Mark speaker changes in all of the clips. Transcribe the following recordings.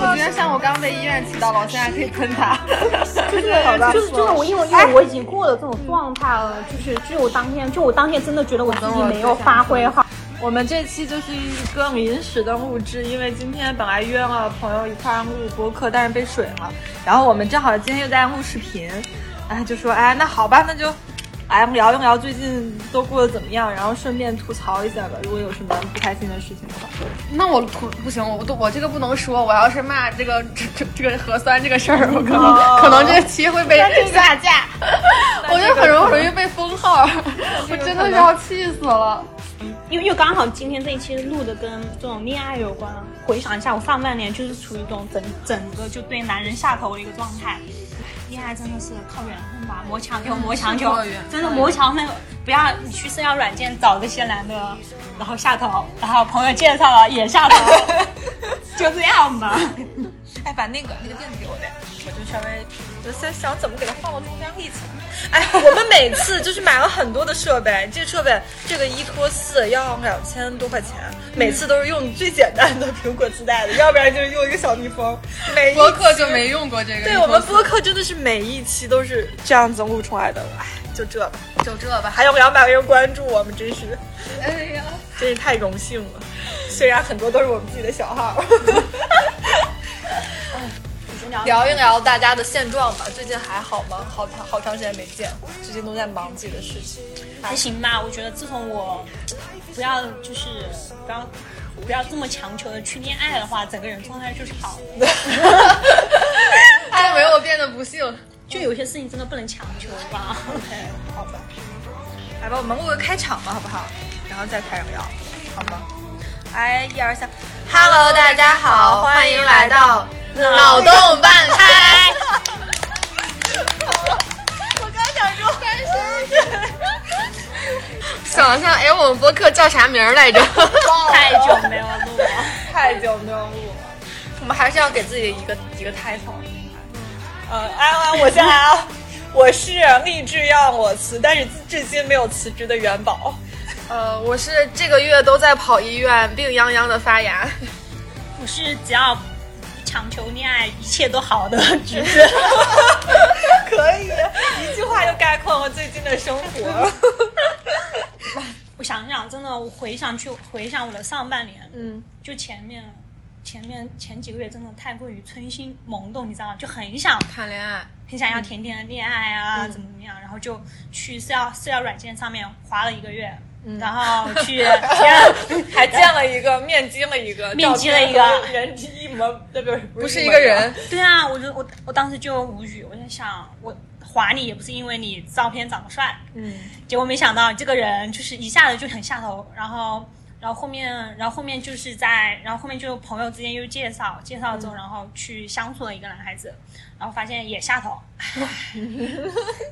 Speaker 1: 我觉得像我刚被医院气到了，我现在可以喷他。
Speaker 2: 就是
Speaker 1: 好吧
Speaker 2: 就是就是我因为因为我已经过了这种状态了，就是就我当天就我当天真的觉得我自己没有发挥好，
Speaker 1: 我们这期就是一个临时的录制，因为今天本来约了朋友一块儿录播客，但是被水了。然后我们正好今天又在录视频，哎，就说哎，那好吧，那就哎聊一聊最近都过得怎么样，然后顺便吐槽一下吧，如果有什么不开心的事情的话。
Speaker 3: 那我不不行，我都我这个不能说，我要是骂这个这这这个核酸这个事儿，我可能、可能这期会被哦下架， 我就很容容易被封号， 我真的是要气死了。
Speaker 2: 因为因为刚好今天这一期录的跟这种恋爱有关。回想一下，我上半年就是处于一种整整个就对男人下头的一个状态。恋爱真的是靠缘分吧，磨强求，磨强求
Speaker 3: 嗯靠缘，分
Speaker 2: 真的磨强分。不要你去社交软件找这些男的，然后下头，然后朋友介绍了也下头， 就这样吧。
Speaker 1: 哎，把那个那个垫子给我呗，我就稍微我就在想怎么给它放到中间立起来。哎，我们每次就是买了很多的设备，这个设备这个一拖四要两千多块钱，每次都是用最简单的苹果自带的，要不然就是用一个小蜜蜂。每一
Speaker 3: 播客就没用过这个，
Speaker 1: 对我们播客真的是每一期都是这样子录出来的，哎，就这吧，
Speaker 3: 就这吧。
Speaker 1: 还有两百个人关注我们，真是
Speaker 3: 哎呀，
Speaker 1: 真是太荣幸了。虽然很多都是我们自己的小 号。
Speaker 3: 聊一聊大家的现状吧，最近还好吗？好长好长时间没见，最近都在忙自己的事 情。
Speaker 2: 还行吧，我觉得自从我不要就是不要不要这么强求的去恋爱的话，整个人状态就是好 的。
Speaker 3: 哎，没有变得不幸。
Speaker 2: 就有些事情真的不能强求吧。
Speaker 1: 好吧，来吧，我们录个开场吧，好不好？然后再开始聊，好吗？来，一二三，Hello，大家好，欢迎来到
Speaker 3: 脑洞半开。想象，哎，我们播客叫啥名儿来着？
Speaker 2: 太久没有录了，
Speaker 1: 太久没有录了，
Speaker 3: 我们还是要给自己一个一个 title。
Speaker 1: 呃，安安，我先来啊，我是立志要裸辞，但是至今没有辞职的元宝。
Speaker 3: 呃，我是这个月都在跑医院，病殃殃的发芽。
Speaker 2: 我是只要强求恋爱，一切都好的 橘子。
Speaker 1: 可以，一句话就概括了最近的生活。
Speaker 2: 我想想，真的，我回想去回想我的上半年，嗯，就前面前面前几个月真的太过于春心萌动，你知道吗？就很想
Speaker 3: 谈恋爱，嗯
Speaker 2: 很想要甜甜的恋爱啊，怎么怎么样，然后就去社交社交软件上面滑了一个月，
Speaker 3: 嗯
Speaker 2: 然后 去
Speaker 1: 啊
Speaker 2: 啊
Speaker 1: 还见了一个，面基了一个，
Speaker 2: 面基了一个
Speaker 1: 照片和人机一模，对不是不
Speaker 3: 不是一个人
Speaker 1: 模。
Speaker 2: 对啊，我就我我当时就无语，我在想，我划你也不是因为你照片长得帅，嗯，结果没想到这个人就是一下子就很下头，然后然后后面然后后面就是在然后后面就朋友之间又介绍介绍之
Speaker 3: 嗯
Speaker 2: 后，然后去相处了一个男孩子，然后发现也下 头，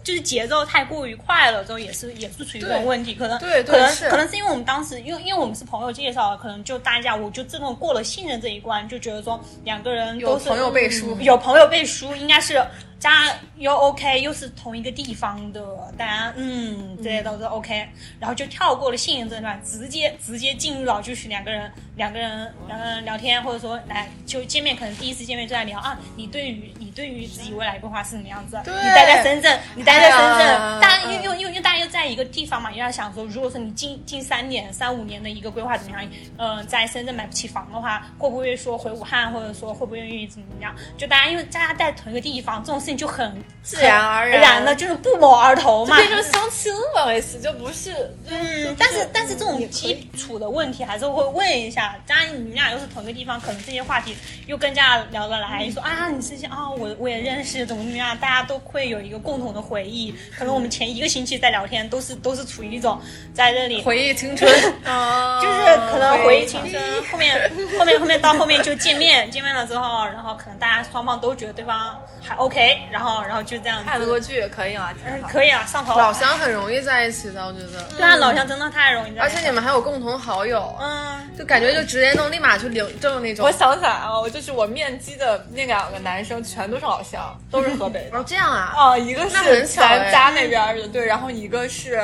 Speaker 2: 就是节奏太过于快了，之后也是也是属于这种问题，可能
Speaker 3: 对对
Speaker 2: 可能
Speaker 3: 是
Speaker 2: 可能是因为我们当时，因为因为我们是朋友介绍的，可能就大家我就自动过了信任这一关，就觉得说两个人都
Speaker 3: 有
Speaker 2: 是
Speaker 3: 朋友背书
Speaker 2: 嗯有朋友背书，应该是家又 OK，又是同一个地方的，大家嗯，这些都是 OK，然后就跳过了信任这段，直接直接进入到就是两个人两个人两个人聊天，或者说来就见面，可能第一次见面就在聊啊，你对于你对于自己未来规划是什么样子？啊
Speaker 3: 对
Speaker 2: 你待在深圳，你待在深
Speaker 3: 哎
Speaker 2: 圳，
Speaker 3: 呀
Speaker 2: 大家又又又又大家又在一个地方嘛，又要想说，如果说你近近三年、三五年的一个规划怎么样？嗯、在深圳买不起房的话，会不会说回武汉，或者说会不会愿意怎么样？就大家因为大家在同一个地方，这种事情就很
Speaker 3: 自然而然
Speaker 2: 的，就是不谋而头嘛。
Speaker 3: 变成相亲了，类似就不是。
Speaker 2: 嗯，但是但是这种基础的问题还是会问一下，当然你们俩又是同一个地方，可能这些话题又更加聊得来。说啊，你之前啊，我我也认识，怎么怎么样，大家都会有一个共同的回忆。可能我们前一个星期在聊天，都是都是处于一种在这里。
Speaker 3: 回忆青 春，啊
Speaker 2: 就是可能回忆青春，后 面后面后面到后面就见面，见面了之后，然后可能大家双方都觉得对方还 OK，然后然后就这样子
Speaker 1: 看得过去也可以啊，挺
Speaker 2: 嗯，
Speaker 1: 好。
Speaker 2: 可以啊，上头。
Speaker 3: 老乡很容易在一起的，我觉得。
Speaker 2: 对啊，老乡真的太容易在一
Speaker 3: 而
Speaker 2: 起了，
Speaker 3: 且你们还有共同好友，
Speaker 2: 嗯，
Speaker 3: 就感觉就直接能立马去领证那种
Speaker 1: 我。想起来啊，我就是我面基的那两个男生，全都是老乡，都是河北的。
Speaker 3: 哦，这样啊？
Speaker 1: 哦，一个
Speaker 3: 那很
Speaker 1: 是
Speaker 3: 巧哎
Speaker 1: 咱家那边儿的，对，然后一个是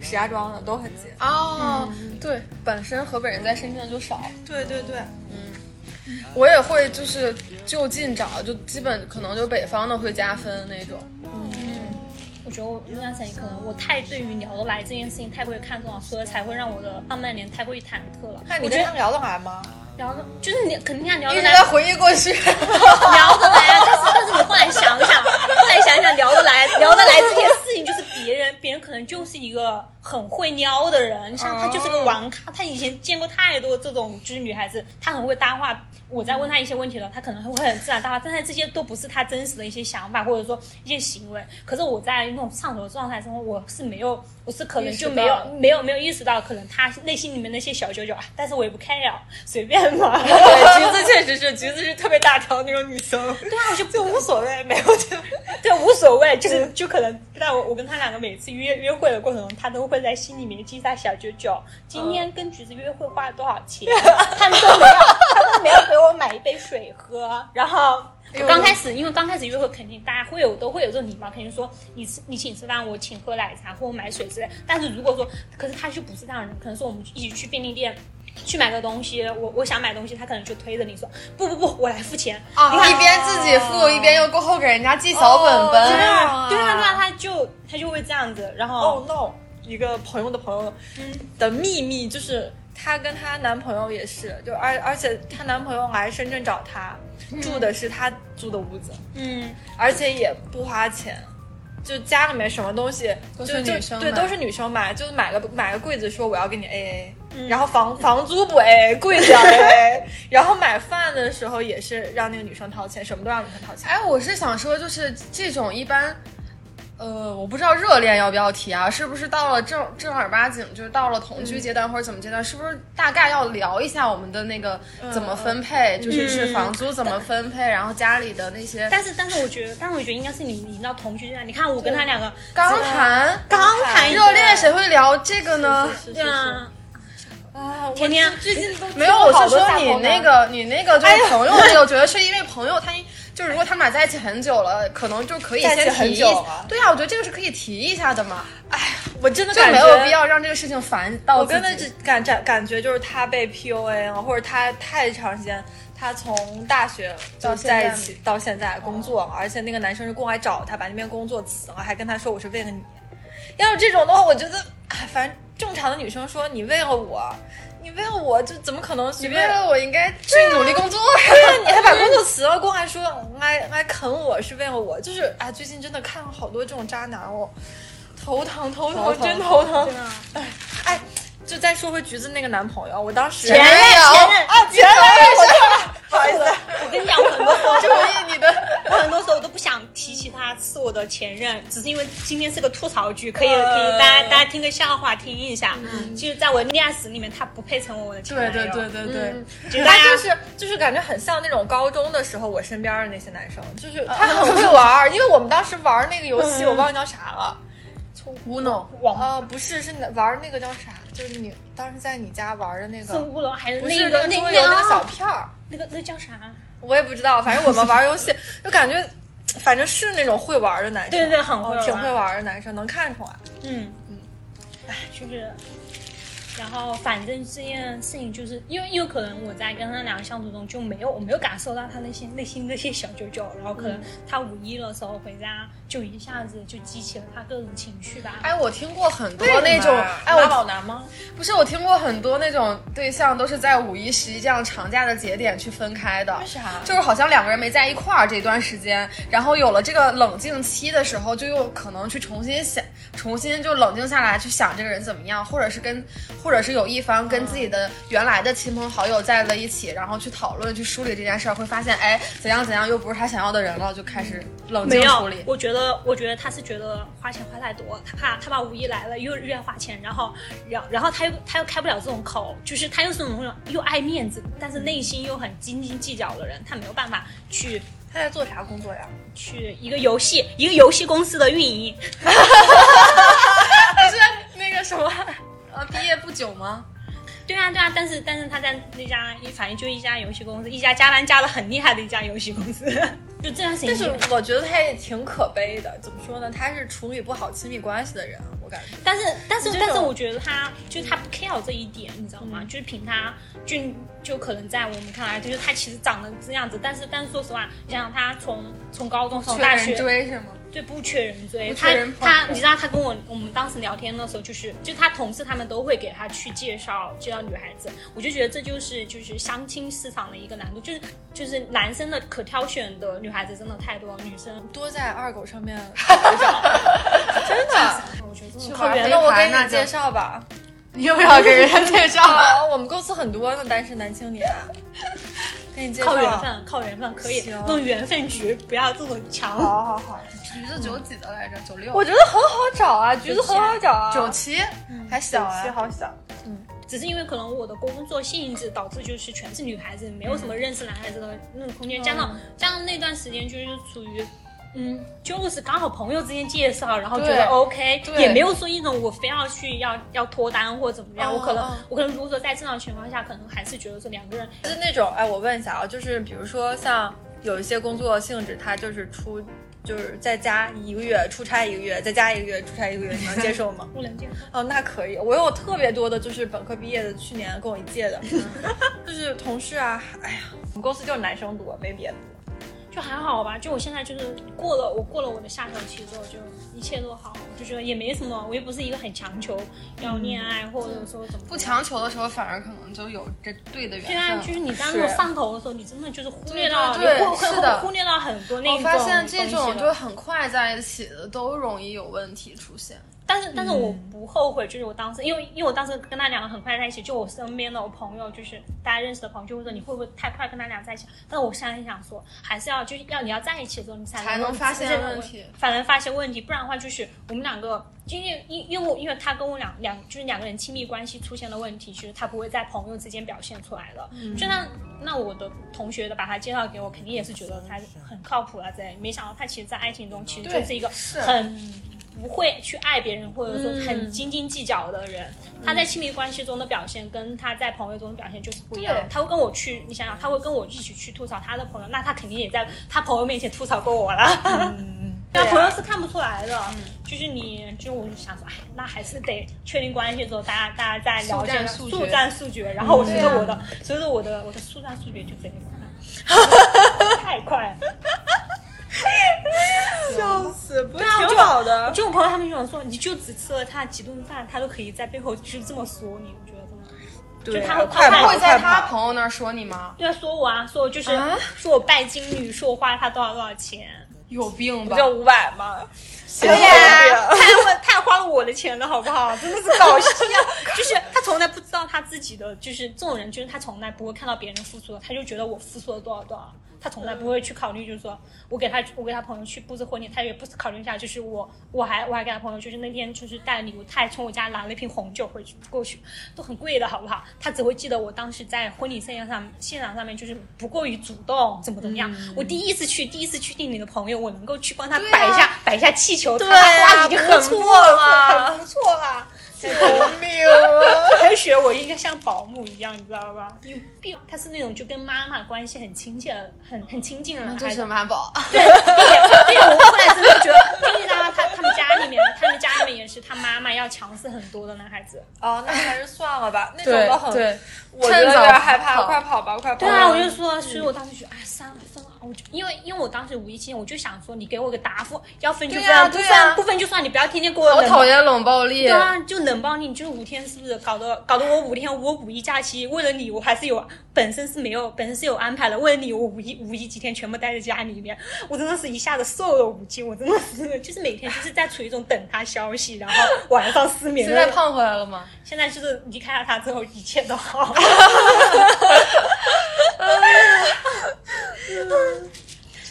Speaker 1: 石家庄的，都很近。嗯
Speaker 3: 哦，对，本身河北人在深圳就少。
Speaker 1: 对对对，
Speaker 3: 我也会就是就近找，就基本可能就北方的会加分那种。
Speaker 2: 我觉得我那段时间可能我太对于聊得来这件事情太过于看重了，所以才会让我的上半年太过于忐忑了。
Speaker 1: 看你
Speaker 2: 我觉
Speaker 1: 跟他
Speaker 2: 得
Speaker 1: 们聊得来吗？
Speaker 2: 聊得就是你肯定想聊
Speaker 3: 一
Speaker 2: 得
Speaker 3: 直
Speaker 2: 来，
Speaker 3: 在回忆过 去，
Speaker 2: 聊得来啊！但是但是你后来想想，后来想想聊得来，聊得来这件事情就是别人，别人可能就是一个很会撩的人，像他就是个玩咖，他以前见过太多这种就是女孩子，她很会搭话。我在问她一些问题了，她可能会很自然搭话，但是这些都不是她真实的一些想法或者说一些行为。可是我在那种上头的状态中，我是没有，我是可能就没有
Speaker 3: 意识到
Speaker 2: 没有没有意识到，可能她内心里面那些小九九啊，但是我也不 care，随便嘛。
Speaker 1: 对，橘子确实是，橘子是特别大条那种女生，
Speaker 2: 对啊，我就
Speaker 1: 就无所谓， 没有就 嗯
Speaker 2: 对，无 所谓，就是就可能，但我我跟他两个每次约约会的过程中，他都会在心里面记下小九九，今天跟橘子约会花了多 少钱，他们都没有，他们没有给我买一杯水喝，然后。
Speaker 3: 呦
Speaker 1: 哎
Speaker 2: 我刚开始，因为刚开始约会，肯定大家会有都会有这种礼貌，肯定说你吃你请吃饭，我请喝奶茶或我买水之类。但是如果说，可是他就不是这样的人，可能说我们一起去便利店去买个东西，我我想买东西，他可能就推着你说不不不，我来付钱。你看
Speaker 1: 啊
Speaker 3: 一边自己付，一边又过后给人家记小本本。
Speaker 1: 哦这
Speaker 2: 对
Speaker 1: 样
Speaker 2: 啊，对啊，对啊，他就他就会这样子，然后
Speaker 1: 哦、no，一个朋友的朋友的秘密就是。她跟她男朋友也是，就而而且她男朋友来深圳找她，住的是她租的屋子，
Speaker 2: 嗯，
Speaker 1: 而且也不花钱，就家里面什么东西
Speaker 3: 都
Speaker 1: 就是就
Speaker 3: 女生
Speaker 1: 对
Speaker 3: 买
Speaker 1: 都是女生买，就是买个买个柜子说我要跟你 A A，然后房房租不 A A，柜子要 A A，然后买饭的时候也是让那个女生掏钱，什么都让女生掏钱。
Speaker 3: 哎，我是想说，就是这种一般，呃，我不知道热恋要不要提啊，是不是到了正正儿八经，就是到了同
Speaker 1: 嗯
Speaker 3: 居阶段或者怎么阶段，是不是大概要聊一下我们的那个
Speaker 1: 嗯
Speaker 3: 怎么分配，就是是房租怎么分配，然后家里的那些
Speaker 2: 但是但是我觉得，但是我觉得应该是你你到同居阶段，你看我跟他两个
Speaker 3: 刚谈。
Speaker 2: 刚谈
Speaker 3: 热恋谁会聊这个呢？
Speaker 1: 啊是
Speaker 2: 对啊，
Speaker 1: 啊，我
Speaker 2: 天天
Speaker 1: 最近都
Speaker 3: 没有，我
Speaker 1: 好
Speaker 3: 是
Speaker 1: 多
Speaker 3: 说
Speaker 1: 大哎朋
Speaker 3: 你
Speaker 1: 友啊
Speaker 3: 那个，你那个就是朋友那个，我觉得是因为朋友他就如果他们俩在一起很久了，可能就可以
Speaker 1: 在一起
Speaker 3: 先
Speaker 1: 很
Speaker 3: 提一
Speaker 1: 久了
Speaker 3: 对啊，我觉得这个是可以提一下的嘛，
Speaker 1: 我真的
Speaker 3: 就
Speaker 1: 感
Speaker 3: 没
Speaker 1: 觉
Speaker 3: 有必。要让这个事情烦到
Speaker 1: 我
Speaker 3: 自
Speaker 1: 真的
Speaker 3: 己
Speaker 1: 只感感感觉就是他被 PUA 了，或者他太长时间，他从大学就
Speaker 3: 到现在哦
Speaker 1: 在一起到现在工作了，而且那个男生是过来找他，把那边工作辞了，还跟他说我是为了你。要是这种的话，我觉得，哎，反正正常的女生说你为了我，你为了我，就怎么可能随
Speaker 3: 你
Speaker 1: 便
Speaker 3: 为了我应该去努力工 作。
Speaker 1: 对啊，你还把工作辞了，公还说来来啃我是为了我，就是啊，哎最近真的看了好多这种渣男，我头疼头疼，
Speaker 3: 头疼
Speaker 1: 真头疼
Speaker 2: 对。啊，
Speaker 1: 哎，就再说回橘子那个男朋友，我当时
Speaker 2: 前任前任，
Speaker 1: 啊前任，我错了，不好意思。
Speaker 2: 我跟你讲，我很多时候
Speaker 3: 注意你的，
Speaker 2: 我很多时候我都不想提起他是我的前任，只是因为今天是个吐槽剧，可以可以大家大家听个笑话听一下。就是在我恋爱史里面，他不配成为我的前
Speaker 3: 对
Speaker 2: 任。
Speaker 3: 对对对对，
Speaker 1: 嗯
Speaker 2: 就是大
Speaker 1: 他
Speaker 2: 家
Speaker 1: 就是就是感觉很像那种高中的时候我身边的那些男生，就是他很会玩儿，因为我们当时玩儿那个游戏，我忘了叫啥了。
Speaker 3: 无脑
Speaker 2: 网
Speaker 1: 呃，不是，是玩儿那个叫啥？就是你当时在你家玩儿的那
Speaker 2: 是
Speaker 1: 个，
Speaker 2: 乌龙还是
Speaker 1: 不
Speaker 2: 那
Speaker 1: 是
Speaker 2: 个
Speaker 1: 跟
Speaker 2: 那
Speaker 1: 桌
Speaker 2: 个啊
Speaker 1: 游那个小片儿。
Speaker 2: 那个那个叫啥？
Speaker 1: 我也不知道，反正我们玩游戏就感觉，反正是那种会玩的男生，
Speaker 2: 对对对很会
Speaker 1: 哦
Speaker 2: 玩
Speaker 1: 挺会玩的男生，能看出来。
Speaker 2: 嗯，嗯，哎，就是，然后反正这件事情就是因为因为可能我在跟他俩相处中就没有我没有感受到他那些内心那些小九九，然后可
Speaker 3: 嗯
Speaker 2: 能他五一的时候回家就一下子就激起了他各种情绪吧。
Speaker 3: 哎，我听过很多那种，哎，
Speaker 1: 妈
Speaker 3: 我
Speaker 1: 宝男吗？
Speaker 3: 不是，我听过很多那种对象都是在五一、十一这样长假的节点去分开的。
Speaker 1: 为啥
Speaker 3: 就是好像两个人没在一块儿这段时间，然后有了这个冷静期的时候，就又可能去重新想，重新就冷静下来去想这个人怎么样，或者是跟，或者是有一方跟自己的原来的亲朋好友在了一起，然后去讨论、去梳理这件事儿，会发现，哎，怎样怎样又不是他想要的人了，就开始冷
Speaker 2: 没
Speaker 3: 静
Speaker 2: 有
Speaker 3: 处理，。
Speaker 2: 我觉得，我觉得他是觉得花钱花太多，他怕他怕五一来了又又要花钱，然后，然然后他又他又开不了这种口，就是他又是那种又爱面子，但是内心又很斤斤计较的人，他没有办法去
Speaker 1: 他在做啥工作呀？
Speaker 2: 去一个游戏一个游戏公司的运营，
Speaker 3: 但是那个什么，呃，毕业不久吗？
Speaker 2: 对啊，对啊，但是但是他在那家一反正就一家游戏公司，一家加班加的很厉害的一家游戏公司， 就
Speaker 3: 嗯
Speaker 2: 这样事情。
Speaker 1: 但是我觉得他也挺可悲的，怎么说呢？他是处理不好亲密关系的人，我
Speaker 4: 啊感觉。
Speaker 2: 但是但是
Speaker 4: 这种
Speaker 2: 但是我觉得嗯他就是他不 care 这一点，你知道吗？就是凭他俊就可能在我们看来，就是他其实长得这样子，但是但是说实话，你想想他从从高中从
Speaker 3: 缺
Speaker 2: 大
Speaker 3: 哦人
Speaker 2: 学
Speaker 3: 追是吗？
Speaker 2: 对，不缺人追。
Speaker 3: 不缺人捧
Speaker 2: 他他，你知道他跟我我们当时聊天的时候，就是就他同事他们都会给他去介绍介绍女孩子，我就觉得这就是就是相亲市场的一个难度，就是就是男生的可挑选的女孩子真的太多，了，女生
Speaker 4: 多在二狗 上面找一找， 真的。
Speaker 2: 我觉得真
Speaker 4: 去
Speaker 2: 的
Speaker 4: 玩
Speaker 2: 特
Speaker 4: 儿
Speaker 2: 别
Speaker 3: 飞
Speaker 4: 那
Speaker 2: 累。
Speaker 4: 我给
Speaker 3: 那
Speaker 4: 你
Speaker 3: 就
Speaker 4: 介绍吧。
Speaker 3: 你又要给人家介绍了？
Speaker 4: 啊，我们公司很多呢，单身男青年，啊给你介绍。
Speaker 2: 靠缘。分，靠缘分可以
Speaker 4: 行
Speaker 2: 弄缘分局，不要这种强。
Speaker 4: 好好好，
Speaker 3: 橘子九几的来着？九六
Speaker 4: 我觉得很好找啊，橘子很好找啊，
Speaker 3: 九七，还小啊
Speaker 4: 九七。好小。
Speaker 2: 只是因为可能我的工作性质导致就是全是女孩子，没有
Speaker 3: 嗯
Speaker 2: 什么认识男孩子的那种空间，加上加上那段时间就是处于。嗯，就是刚好朋友之间介绍，然后觉
Speaker 3: 对
Speaker 2: 得 OK，
Speaker 3: 对
Speaker 2: 也没有说一种我非要去要要脱单或怎么样。
Speaker 4: 哦
Speaker 2: 我可
Speaker 3: 嗯
Speaker 2: 能
Speaker 4: 哦
Speaker 2: 我可能如果说在这种情况下，可能还是觉得说两个人？
Speaker 4: 就是那种，哎，我问一下啊，就是比如说像有一些工作性质，他就是出，就是在家一个月，出差一个月，在家一个月，出差一个月，你能接受 吗
Speaker 2: 不能见面。
Speaker 4: 哦，那可以。我有特别多的，就是本科毕业的，去年跟我一届的， 就是同事啊，哎呀，我们公司就是男生多，没别的。
Speaker 2: 就还好吧。就我现在就是过了，我过了我的下校期之后，就一切都好，我就觉得也没什么，我又不是一个很强求要恋爱或者说怎么。
Speaker 3: 嗯不强求的时候，反而可能就有这对的
Speaker 2: 对啊，
Speaker 3: 缘
Speaker 2: 就
Speaker 3: 分。
Speaker 2: 是你当那种上头的时候，你真的就是忽略到，
Speaker 3: 对对对
Speaker 2: 你忽会
Speaker 3: 是的
Speaker 2: 会忽略到很多那
Speaker 3: 我
Speaker 2: 一
Speaker 3: 发现
Speaker 2: 这
Speaker 3: 这种就是很快在一起的都容易有问题出现。
Speaker 2: 但是但是
Speaker 3: 嗯
Speaker 2: 我不后悔，就是我当时，因为因为我当时跟他两个很快在一起，就我身边的我朋友，就是大家认识的朋友，就会说你会不会太快跟他俩在一起？但我现在想说，还是要就是要你要在一起的时候，你才
Speaker 3: 才能
Speaker 2: 能
Speaker 3: 发现
Speaker 2: 这个
Speaker 3: 问题，
Speaker 2: 才能发现问题，不然的话就是我们两个，就因为因因为我因为他跟我两两就是两个人亲密关系出现了问题，就是他不会在朋友之间表现出来的，
Speaker 3: 嗯
Speaker 2: 就像。那我的同学的把他介绍给我，肯定也是觉得他很靠谱啊之类。没想到他其实，在爱情中其实
Speaker 3: 对
Speaker 2: 就是一个
Speaker 3: 是
Speaker 2: 很不会去爱别人，或者说很斤斤计较的人。他在亲密关系中的表现跟他在朋友中的表现就是不一样的
Speaker 3: 对。
Speaker 2: 他会跟我去，你想想，他会跟我一起去吐槽他的朋友，那他肯定也在他朋友面前吐槽过我了。
Speaker 3: 嗯
Speaker 2: 那、
Speaker 3: 啊
Speaker 2: 朋友是看不出来的，就是你，就我就想说，哎，那还是得确定关系之后，大家大家再聊一下
Speaker 3: 速战速决
Speaker 2: 速战速决。然后我觉
Speaker 3: 对啊
Speaker 2: 得我的，所以说我的我的速战速决就贼快，太快了。
Speaker 4: 笑死，不是
Speaker 2: 啊
Speaker 4: 挺好的。
Speaker 2: 就我朋友他们就想说，你就只吃了他几顿饭，他都可以在背后就是这么说你，我觉得真的。
Speaker 4: 对啊
Speaker 2: 就他会
Speaker 4: 快
Speaker 2: 他
Speaker 4: 跑
Speaker 3: 会在
Speaker 4: 快
Speaker 3: 他
Speaker 4: 跑
Speaker 3: 朋友那儿说你吗？
Speaker 2: 对啊，说我啊，说我就是、
Speaker 3: 啊
Speaker 2: 说我拜金女，说我花了他多少多少钱，
Speaker 3: 有病
Speaker 4: 不
Speaker 3: 吧？
Speaker 4: 就五百吗？对啊
Speaker 2: 他还花他还花了我的钱了，好不好？真的是搞笑， 就是他从来不知道他自己的，就是这种人，就是他从来不会看到别人付出的，他就觉得我付出了多少多少，他从来不会去考虑，就是说我给他我给他朋友去布置婚礼，他也不考虑一下，就是我我还我还给他朋友，就是那天就是带礼物，他还从我家拿了一瓶红酒回去过去，都很贵的好不好？他只会记得我当时在婚礼现场上现场上面就是不过于主动，怎么怎么样。
Speaker 4: 嗯
Speaker 2: 我第一次去，第一次去定你的朋友，我能够去帮他
Speaker 3: 对啊
Speaker 2: 摆一下、摆一下气球，
Speaker 4: 对
Speaker 2: 他
Speaker 4: 啊
Speaker 2: 已经很
Speaker 4: 不
Speaker 2: 不
Speaker 4: 错啊了
Speaker 2: 很不错了。
Speaker 4: 救命啊！
Speaker 2: 还学我应该像保姆一样，你知道吧？有病，他是那种就跟妈妈关系很亲切的、很很亲近的
Speaker 3: 那
Speaker 2: 孩子。
Speaker 3: 就是妈 宝。
Speaker 2: 对，我后来真的觉得，因为他他他们家里面，他们家里面也是他妈妈要强势很多的男孩子。
Speaker 4: 哦，那还是算了吧，那种都很，
Speaker 3: 对，
Speaker 4: 我觉得有点害
Speaker 3: 趁
Speaker 4: 怕，
Speaker 3: 早
Speaker 4: 快跑吧，快跑吧。
Speaker 2: 对啊，我就说，所以我当时觉得，哎，算了算了，我就因为因为我当时无意间我就想说，你给我个答复，要分就
Speaker 3: 对
Speaker 2: 分，
Speaker 3: 呀
Speaker 2: 不
Speaker 3: 对呀
Speaker 2: 分不分就算，你不要天天给我
Speaker 3: 我
Speaker 2: 冷
Speaker 3: 讨厌冷暴力
Speaker 2: 对。啊，就冷暴力，你就是五天，是不是搞得搞得我五天，我五一假期为了你，我还是有本身是没有，本身是有安排的，为了你，我五一五一几天全部待在家里面，我真的是一下子瘦了五斤，我真的是就是每天就是在处于一种等他消息，然后晚上失眠。
Speaker 3: 现在，胖回来了吗？
Speaker 2: 现在就是离开了他之后，一切都好。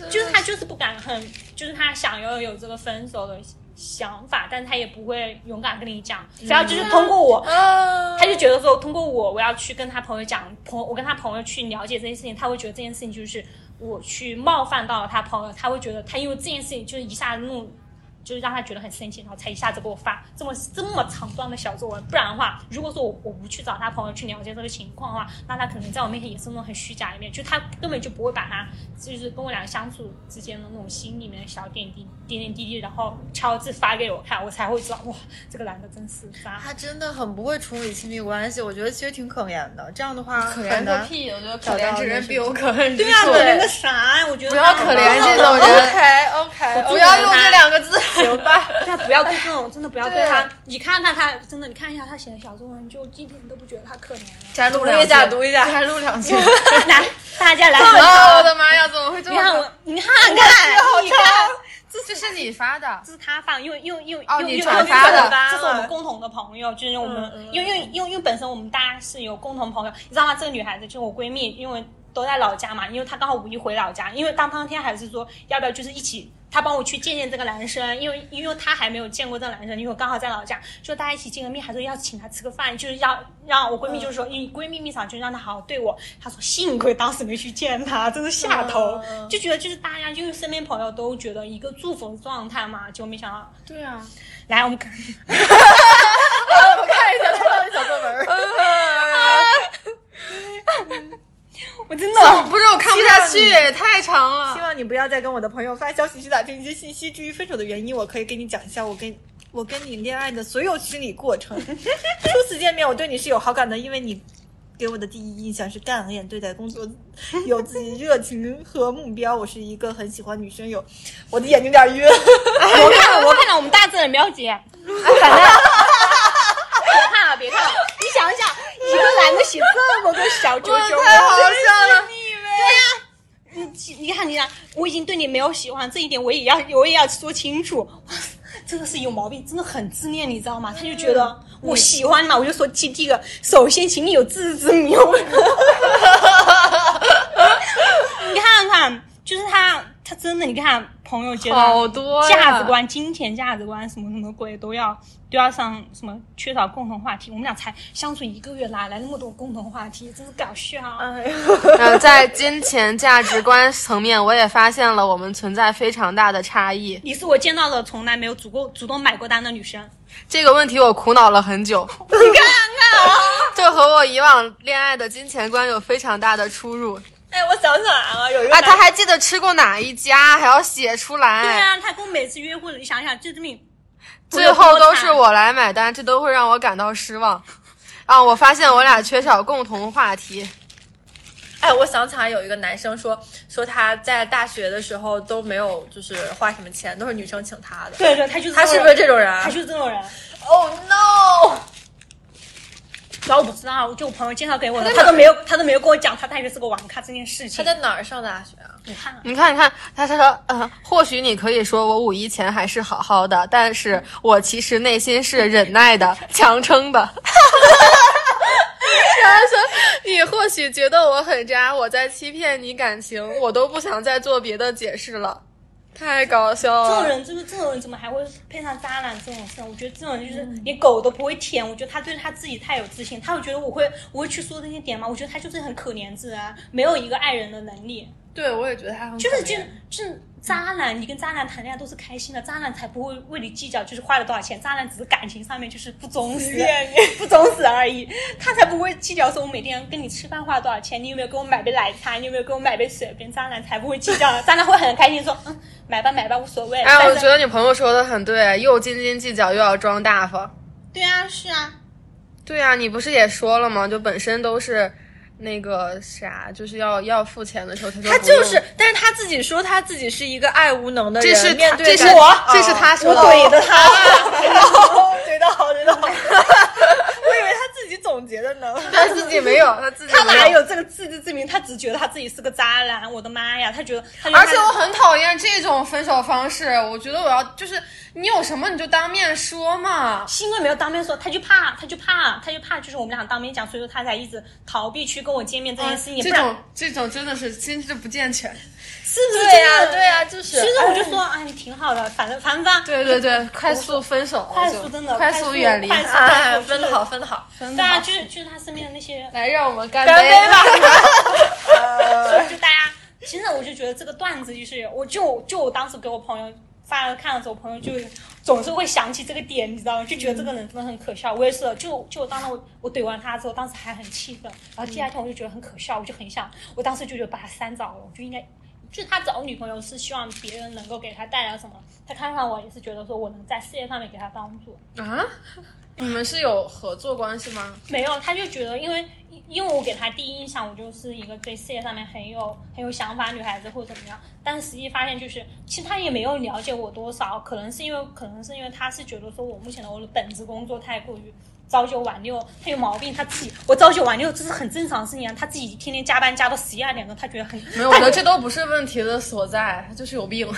Speaker 2: 就是他就是不敢很，就是他想要有这个分手的想法，但他也不会勇敢跟你讲，只要就是通过我，
Speaker 3: 啊，
Speaker 2: 他就觉得说，通过我，我要去跟他朋友讲，朋友我跟他朋友去了解这件事情，他会觉得这件事情就是我去冒犯到了他朋友，他会觉得他因为这件事情就是一下子那种就是让他觉得很生气，然后才一下子给我发这么这么长段的小作文。不然的话，如果说我我不去找他朋友去了解这个情况的话，那他可能在我面前也是那种很虚假一面，就他根本就不会把他就是跟我俩相处之间的那种心里面的小点滴点点滴滴，然后敲字发给我看，我才会知道哇，这个男的真是渣。
Speaker 4: 他真的很不会处理亲密关系，我觉得其实挺可怜的。这样的话，
Speaker 3: 可
Speaker 4: 很
Speaker 3: 怜个
Speaker 4: 难
Speaker 3: 屁！我觉得可怜之人必有可恨之
Speaker 2: 对呀、
Speaker 3: 处。
Speaker 2: 可怜个啥呀？我觉得
Speaker 3: 不要可怜这 种人，
Speaker 4: OK OK，
Speaker 3: 不要用这两个字。
Speaker 2: 行吧，但不要对这种，真的不要对
Speaker 3: 对
Speaker 2: 他。你看他，他真的，你看一下他写的小作文，就一点都不觉得他可怜了。
Speaker 3: 再录
Speaker 4: 读
Speaker 3: 两
Speaker 4: 一下，
Speaker 3: 下，
Speaker 4: 读一下。
Speaker 3: 再录 两句。
Speaker 2: 来，大家来，
Speaker 3: 啊！我的妈呀，怎么会这
Speaker 2: 你看
Speaker 3: 么？
Speaker 2: 我，你看看，你看，
Speaker 3: 这是你发的，
Speaker 2: 这是他放，因为因为因为
Speaker 3: 哦
Speaker 2: 因为
Speaker 3: 你
Speaker 2: 因为
Speaker 3: 转发的
Speaker 2: 这是我 们共同的朋友，就是我们，
Speaker 3: 嗯
Speaker 2: 因为因为因为因为本身我们大家是有共同朋友，你知道吗？这个女孩子就是我闺蜜，因为都在老家嘛，因为她刚好五一回老家，因为当当天还是说要不要就是一起。她帮我去见见这个男生，因为因为她还没有见过这个男生，因为我刚好在老家，就大家一起见个面，还说要请她吃个饭，就是要让我闺蜜就
Speaker 3: 嗯
Speaker 2: 说，因为闺蜜蜜场就让她好好对我。她说幸亏当时没去见她，真是
Speaker 3: 嗯
Speaker 2: 下头，就觉得就是大家就是身边朋友都觉得一个祝福的状态嘛，结果没想到
Speaker 3: 对啊，
Speaker 2: 来，我们看，
Speaker 3: 我看一下他到底小作文。
Speaker 2: 我真的
Speaker 3: 不是我看不下去，太长
Speaker 4: 希
Speaker 3: 了。
Speaker 4: 望你不要再跟我的朋友发消息去打听一些信息。至于分手的原因，我可以给你讲一下我跟我跟你恋爱的所有心理过 程。初次见面，我对你是有好感的，因为你给我的第一印象是干练，对待工作有自己热情和目标。我是一个很喜欢女生有，我的眼睛有 点晕。
Speaker 2: 我看了，我看了，我们大自然喵 姐，哎反正别看了，别看了，你想想，一个男的写这么个小九九，
Speaker 3: 太好笑了！
Speaker 2: 你啊你看你看，我已经对你没有喜欢，这一点我也要我也要说清楚。 哇塞，真的是有毛病，真的很自恋，你知道吗？他就觉
Speaker 3: 嗯
Speaker 2: 得我喜欢嘛，我就说第第一个，首先请你有自知之明。 你看看，就是他，他真的，你看朋友觉得
Speaker 3: 好多呀
Speaker 2: 价值观、金钱价值观什么什么鬼都要都要上什么缺少共同话题。我们俩才相处一个月，哪来那么多共同话题？真是搞笑。 啊
Speaker 4: 哎呀，
Speaker 3: 呃，在金钱价值观层面，我也发现了我们存在非常大的差异。
Speaker 2: 你是我见到的从来没有主动主动买过单的女生。
Speaker 3: 这个问题我苦恼了很 久。你看看啊，这和我以往恋爱的金钱观有非常大的出入啊！
Speaker 4: 哎，我想起来了，有一个
Speaker 3: 他还记得吃过哪一家，还要写出来。
Speaker 2: 对啊，他跟我每次约会，你想想，就这么
Speaker 3: 最后都是我来买单，这都会让我感到失望。啊，我发现我俩缺少共同话题。
Speaker 1: 哎，我想起来有一个男生说说他在大学的时候都没有就是花什么钱，都是女生请他的。
Speaker 2: 对对，他就是
Speaker 1: 他是不是这种人啊
Speaker 2: 他就是这种人。
Speaker 1: ？Oh no！
Speaker 2: 主要我不知道，就我朋友介绍给我的，他都没有，他都没有跟我讲他大学是个网咖这件事
Speaker 1: 他
Speaker 2: 情。
Speaker 1: 在哪儿上的大学啊？
Speaker 2: 武汉啊，
Speaker 3: 你看，你看，他他说，呃，或许你可以说我五一前还是好好的，但是我其实内心是忍耐的、 强撑的。然后说，你或许觉得我很渣，我在欺骗你感情，我都不想再做别的解释了。太搞笑
Speaker 2: 这种
Speaker 3: 了！
Speaker 2: 人就是这种人，怎么还会配上渣男这种事？我觉得这种人就是连狗都不会舔。我觉得他对他自己太有自信，他会觉得我会我会去说这些点吗？我觉得他就是很可怜之人，没有一个爱人的能力。
Speaker 3: 对，我也觉得他很
Speaker 2: 就是就是就是渣男，你跟渣男谈恋爱都是开心的，渣男才不会为你计较，就是花了多少钱，渣男只是感情上面就是不忠实，不忠实而已，他才不会计较说我每天跟你吃饭花了多少钱，你有没有给我买杯奶茶，你有没有给我买杯水，别人渣男才不会计较的，渣男会很开心说，嗯，买吧买吧，无所谓。
Speaker 3: 哎，
Speaker 2: 反
Speaker 3: 我
Speaker 2: 正
Speaker 3: 觉得你朋友说的很对，又斤斤计较又要装大方。
Speaker 2: 对啊，是啊，
Speaker 3: 对啊，你不是也说了吗？就本身都是那个啥，就是要要付钱的时候，他说
Speaker 4: 他
Speaker 3: 不
Speaker 4: 就
Speaker 3: 用
Speaker 4: 是，但是他自己说他自己是一个爱无能的人，
Speaker 3: 这是
Speaker 4: 面
Speaker 3: 他
Speaker 4: 对
Speaker 3: 这是
Speaker 4: 感
Speaker 3: 我这是他说的
Speaker 1: 哦
Speaker 4: 我怼的他，怼的好，怼的 好，我以为他自己总结的呢。
Speaker 3: 他自己没有，他自己
Speaker 2: 他哪
Speaker 3: 没有。
Speaker 2: 有这个自知之明？他只觉得他自己是个渣男，我的妈呀，他觉得，他觉得
Speaker 3: 而且
Speaker 2: 他
Speaker 3: 我很讨厌这种分手方式，我觉得我要就是你有什么你就当面说嘛。
Speaker 2: 是因为没有当面说，他就怕，他就怕，他就怕，就是我们俩当面讲，所以说他才一直逃避去跟我见面这件事情，
Speaker 3: 这
Speaker 2: 不然
Speaker 3: 种这种真的是心智不健全。
Speaker 2: 是不是
Speaker 1: 对呀、
Speaker 2: 真的
Speaker 1: 对呀、就是
Speaker 2: 其实我就说，哎，你挺好的，反正反正吧，
Speaker 3: 对对对，快速分手，
Speaker 2: 快
Speaker 3: 就
Speaker 2: 速真的
Speaker 3: 快
Speaker 2: 速
Speaker 3: 速远离。
Speaker 2: 快速
Speaker 1: 哎，
Speaker 2: 快速
Speaker 1: 分的好，分的好。
Speaker 2: 对啊，就是就是他身边的那些人，
Speaker 3: 来，让我们干
Speaker 4: 干杯
Speaker 3: 吧！
Speaker 2: 就大家，其实我就觉得这个段子就是，我就就我当时给我朋友发了看了之后，朋友就总是会想起这个点，你知道吗？就觉得这个人真的很可笑。我也是，就就当时我我怼完他之后，当时还很气愤，然后第二天我就觉得很可笑，我就很想，我当时就觉得把他删早了，我就应该。就是他找女朋友是希望别人能够给他带来什么，他看上我也是觉得说我能在事业上面给他帮助，
Speaker 3: 啊？你们是有合作关系吗？
Speaker 2: 没有，他就觉得因为因为我给他第一印象，我就是一个对事业上面很有很有想法女孩子或者怎么样，但实际发现就是，其实他也没有了解我多少，可能是因为可能是因为他是觉得说我目前的我的本职工作太过于。朝九晚六，他有毛病，他自己我朝九晚六这是很正常的事情啊，他自己天天加班加到十一二点钟，他觉得很
Speaker 3: 没有，我觉得这都不是问题的所在，他就是有 病，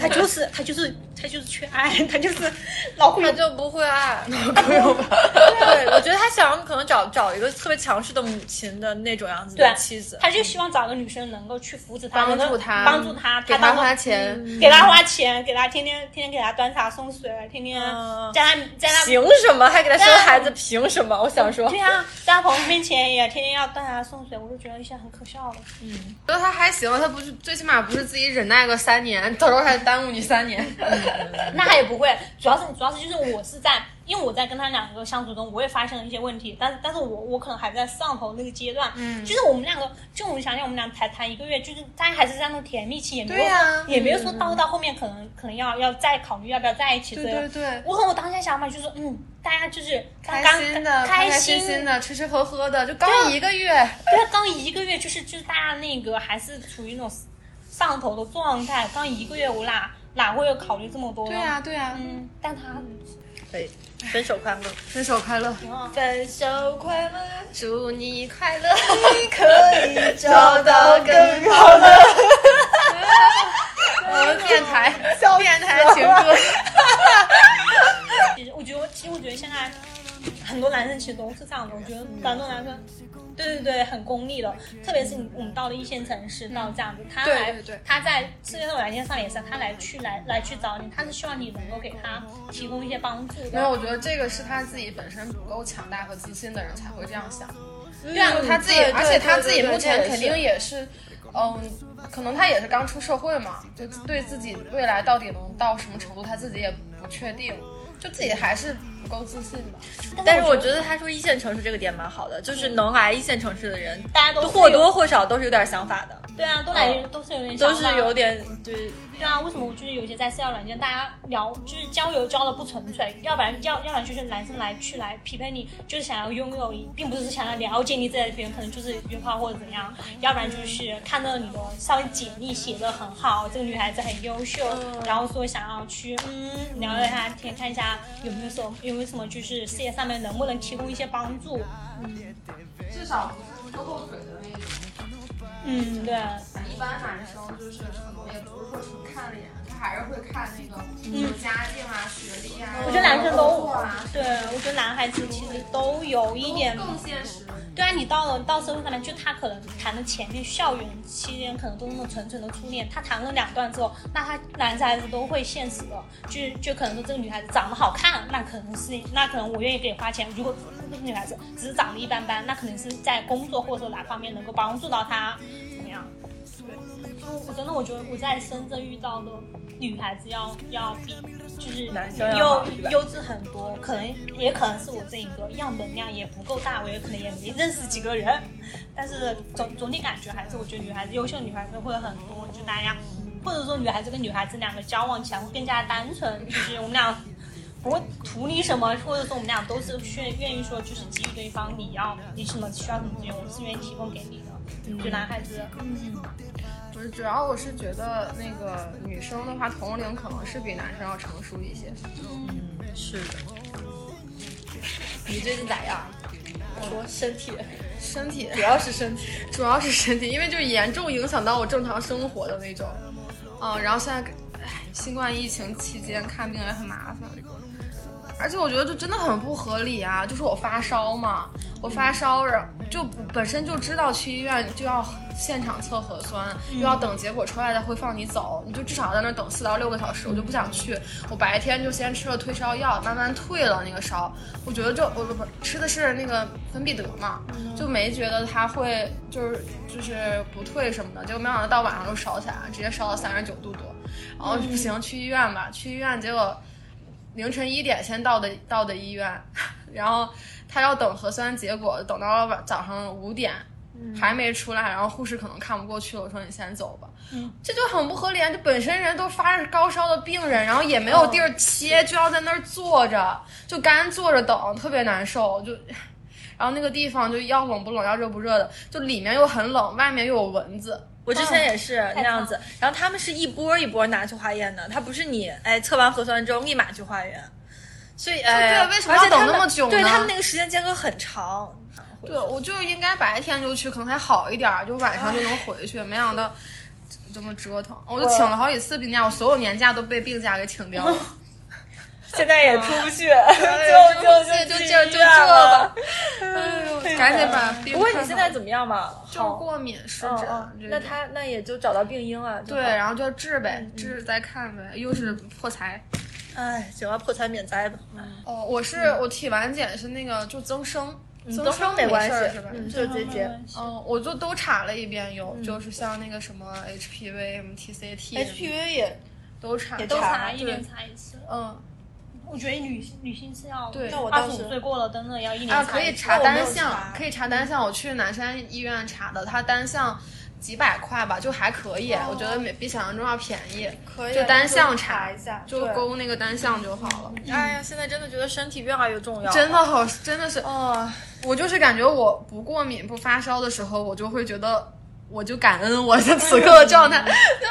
Speaker 2: 他就是他就是他就是缺爱，他就是老会
Speaker 1: 他就不会 爱。
Speaker 3: 朋友吧？
Speaker 1: 对，我觉得他想要可能找找一个特别强势的母亲的那种样子的
Speaker 2: 对
Speaker 1: 妻子。
Speaker 2: 他就希望找个女生能够去扶持他，
Speaker 3: 帮助
Speaker 2: 能够
Speaker 3: 他
Speaker 2: 帮助他，
Speaker 3: 给
Speaker 2: 他
Speaker 3: 他
Speaker 2: 当
Speaker 3: 花
Speaker 2: 个，
Speaker 3: 钱，
Speaker 2: 给他花钱，给他天天天天给他端茶送水，天天
Speaker 1: 嗯
Speaker 2: 在他在他
Speaker 1: 凭什么还给他生孩子？凭什么？我想说
Speaker 2: 对，啊，在他朋友面前也天天要端茶送水，我就觉得一些很可笑的。
Speaker 3: 觉得他还行，他不是最起码不是自己忍耐个三年，到时候还耽误你三年。
Speaker 2: 那他也不会，主要是主要是就是我是在，因为我在跟他两个相处中，我也发现了一些问题，但是但是我我可能还在上头那个阶段，嗯，就是我们两个，就我们想想，我们俩才谈一个月，就是大家还是在那种甜蜜期，也没有、
Speaker 3: 对呀
Speaker 2: 也没有说到到后面可能可能要要再考虑要不要在一起，
Speaker 3: 对
Speaker 2: 这个
Speaker 3: 对对
Speaker 2: 我和我当下想法就是，嗯，大家就是刚
Speaker 3: 开
Speaker 2: 刚
Speaker 3: 心的，
Speaker 2: 开
Speaker 3: 开心心的，吃吃喝喝的，就刚一个月，
Speaker 2: 对，刚一个月就是就是大家那个还是处于那种上头的状态，刚一个月我哪哪会有考虑这么多呢？
Speaker 3: 对呀、
Speaker 1: 啊
Speaker 3: 对呀、
Speaker 2: 嗯，但他
Speaker 1: 可以分手快乐。
Speaker 3: 分手快乐，
Speaker 2: 挺好。
Speaker 1: 分手快乐，
Speaker 3: 祝你快乐。
Speaker 1: 可以找到更好。
Speaker 3: 我们电台，电台情歌，
Speaker 2: 其实我觉得，其实我觉得现在很多男生其实都是这样的。我觉得蛮多男生，对对对，很功利的。特别是你我们到了一线城市，到了这样子，他
Speaker 3: 对
Speaker 2: 来
Speaker 3: 对对
Speaker 2: 他在世界上软件上也是，他来去来来去找你，他是希望你能够给他提供一些帮助
Speaker 3: 没有，我
Speaker 2: 的。
Speaker 3: 觉得这个是他自己本身不够强大和自信的人才会这样想。
Speaker 2: 对啊，
Speaker 3: 他自己，
Speaker 1: 对对
Speaker 3: 而且他自己
Speaker 1: 对对
Speaker 3: 目前
Speaker 1: 对
Speaker 3: 肯
Speaker 1: 是
Speaker 3: 定也是，嗯，可能他也是刚出社会嘛，就对自己未来到底能到什么程度，他自己也不确定，就自己还是不够自信吧。
Speaker 1: 但是我觉得他说一线城市这个点蛮好的，就是能来一线城市的人，
Speaker 2: 大家都是有
Speaker 1: 或多或少都是有点想法的，
Speaker 2: 对啊，都来、都是有点
Speaker 1: 都
Speaker 2: 想
Speaker 1: 是
Speaker 2: 法
Speaker 1: 有点对
Speaker 2: 对啊，为什么我就是有些在社交软件，大家聊就是交友交的不纯粹，要不然要要不然就是男生来去来匹配你，就是想要拥有你，并不是想要了解你这类别人，可能就是约炮或者怎样，要不然就是看到你的稍微简历写的很好，这个女孩子很优秀，然后说想要去嗯聊聊她天，看一下有没有什么有没有什么就是事业上面能不能提供一些帮助，
Speaker 5: 至少不是说漏水的那一种。
Speaker 2: 嗯，对，
Speaker 5: 一般男生就是可能也不是说纯看脸，他还是会看那个什么家境啊、学历啊。
Speaker 2: 嗯我觉得男生都
Speaker 3: 哦
Speaker 5: 工作啊，
Speaker 2: 对我觉得男孩子其实都有一点
Speaker 5: 更现实。
Speaker 2: 对啊，你到了到社会上面，就他可能谈的前面校园期间可能都是那种纯纯的初恋，他谈了两段之后，那他男孩子都会现实的，就就可能说这个女孩子长得好看，那可能是那可能我愿意给花钱。如果这个女孩子只是长得一般般，那可能是在工作或者说哪方面能够帮助到她，怎么样？对，就我真的我觉得我在深圳遇到的女孩子要要比就是
Speaker 1: 男生要
Speaker 2: 优
Speaker 1: 好是吧
Speaker 2: 优质很多，可能也可能是我这一个样本量也不够大，我也可能也没认识几个人，但是总总体感觉还是我觉得女孩子优秀女孩子会很多，就大家或者说女孩子跟女孩子两个交往起来会更加单纯，就是我们俩。不会图你什么，或者说我们俩都是愿愿意说，就是给予对方你要你什么需要什么资源，我是愿意提供给你
Speaker 1: 嗯
Speaker 2: 的。就男孩子，
Speaker 3: 不是，主要我是觉得那个女生的话，同龄可能是比男生要成熟一些。
Speaker 1: 是的。你最近咋样？说身体，
Speaker 3: 身体
Speaker 1: 主要是身体。
Speaker 3: 主要是身体，因为就严重影响到我正常生活的那种。嗯，然后现在，唉，新冠疫情期间看病也很麻烦，而且我觉得这真的很不合理啊！就是我发烧嘛，我发烧，然就本身就知道去医院就要现场测核酸，
Speaker 1: 嗯
Speaker 3: 又要等结果出来再会放你走，你就至少在那儿等四到六个小时，我就不想去。我白天就先吃了退烧药，慢慢退了那个烧，我觉得就我不不吃的是那个芬必得嘛，就没觉得它会就是就是不退什么的，结果没想到到晚上就烧起来了，直接烧到三十九度多。然后不行去医院吧，去医院结果凌晨一点先到的到的医院， 然后他要等核酸结果，等到了晚早上五点。还没出来，然后护士可能看不过去了，我说你先走吧，这就很不合理啊！这本身人都发着高烧的病人，然后也没有地儿切，就要在那儿坐着，就干坐着等，特别难受。就，然后那个地方就要冷不冷，要热不热的，就里面又很冷，外面又有蚊子。
Speaker 1: 我之前也是那样子，然后他们是一波一波拿去化验的，他不是你哎测完核酸之后立马去化验，所以哎呀，
Speaker 3: 对为什么
Speaker 1: 而且
Speaker 3: 要等
Speaker 1: 他
Speaker 3: 那
Speaker 1: 们
Speaker 3: 么久
Speaker 1: 对
Speaker 3: 呢
Speaker 1: 他们那个时间间隔很长，
Speaker 3: 对，我就应该白天就去，可能还好一点儿，就晚上就能回去。没想到这么折腾，我就请了好几次病假，我所有年假都被病假给请 掉了。
Speaker 1: 现在也出 不去，就就
Speaker 3: 对，就
Speaker 1: 去
Speaker 3: 这
Speaker 1: 医
Speaker 3: 就这
Speaker 1: 院了
Speaker 3: 吧。哎呦，赶紧把病看好。
Speaker 1: 不过你现在怎么样嘛？
Speaker 3: 就过敏湿
Speaker 1: 嗯
Speaker 3: 疹
Speaker 1: 嗯，
Speaker 3: 这嗯
Speaker 1: 那
Speaker 3: 种
Speaker 1: 他那也就找到病因了，就
Speaker 3: 对，
Speaker 1: 好
Speaker 3: 然后就治呗，治再看呗，又是破财。
Speaker 1: 哎，行了，破财免灾吧。嗯
Speaker 3: 哦，我是我体完检是那个就增生，嗯增
Speaker 1: 增生没
Speaker 3: 没
Speaker 1: 关
Speaker 3: 事儿
Speaker 1: 系
Speaker 3: 是吧？，
Speaker 1: 嗯，就是结节。
Speaker 3: 嗯，我就都查了一遍，有
Speaker 4: 嗯
Speaker 3: 就是像那个什么 HPV、什么 TCT 什么
Speaker 4: HPV 也
Speaker 3: 都查，
Speaker 4: 也
Speaker 2: 都
Speaker 4: 查
Speaker 2: 查
Speaker 3: 对
Speaker 2: 一年查一次。
Speaker 3: 嗯
Speaker 2: 我觉得女女性是要
Speaker 3: 对
Speaker 4: 那我
Speaker 2: 二
Speaker 4: 当
Speaker 2: 十
Speaker 4: 时
Speaker 2: 五岁过了，真的要一年
Speaker 3: 啊，
Speaker 2: 一次
Speaker 3: 可以查
Speaker 4: 我没有
Speaker 3: 单项
Speaker 4: 查，
Speaker 3: 可以查单项。我去南山医院查的，它单项几百块吧，就还可以，我觉得没比想象中要便宜。
Speaker 4: 哦
Speaker 1: 啊
Speaker 4: 可以
Speaker 3: 就单项
Speaker 4: 查一下，
Speaker 3: 就
Speaker 4: 对嗯
Speaker 3: 勾那个单项就好了。
Speaker 1: 哎呀，现在真的觉得身体越来越重要。
Speaker 3: 真的好，真的是，哦，我就是感觉我不过敏、不发烧的时候，我就会觉得，我就感恩我的此刻的状
Speaker 1: 嗯
Speaker 3: 态。 就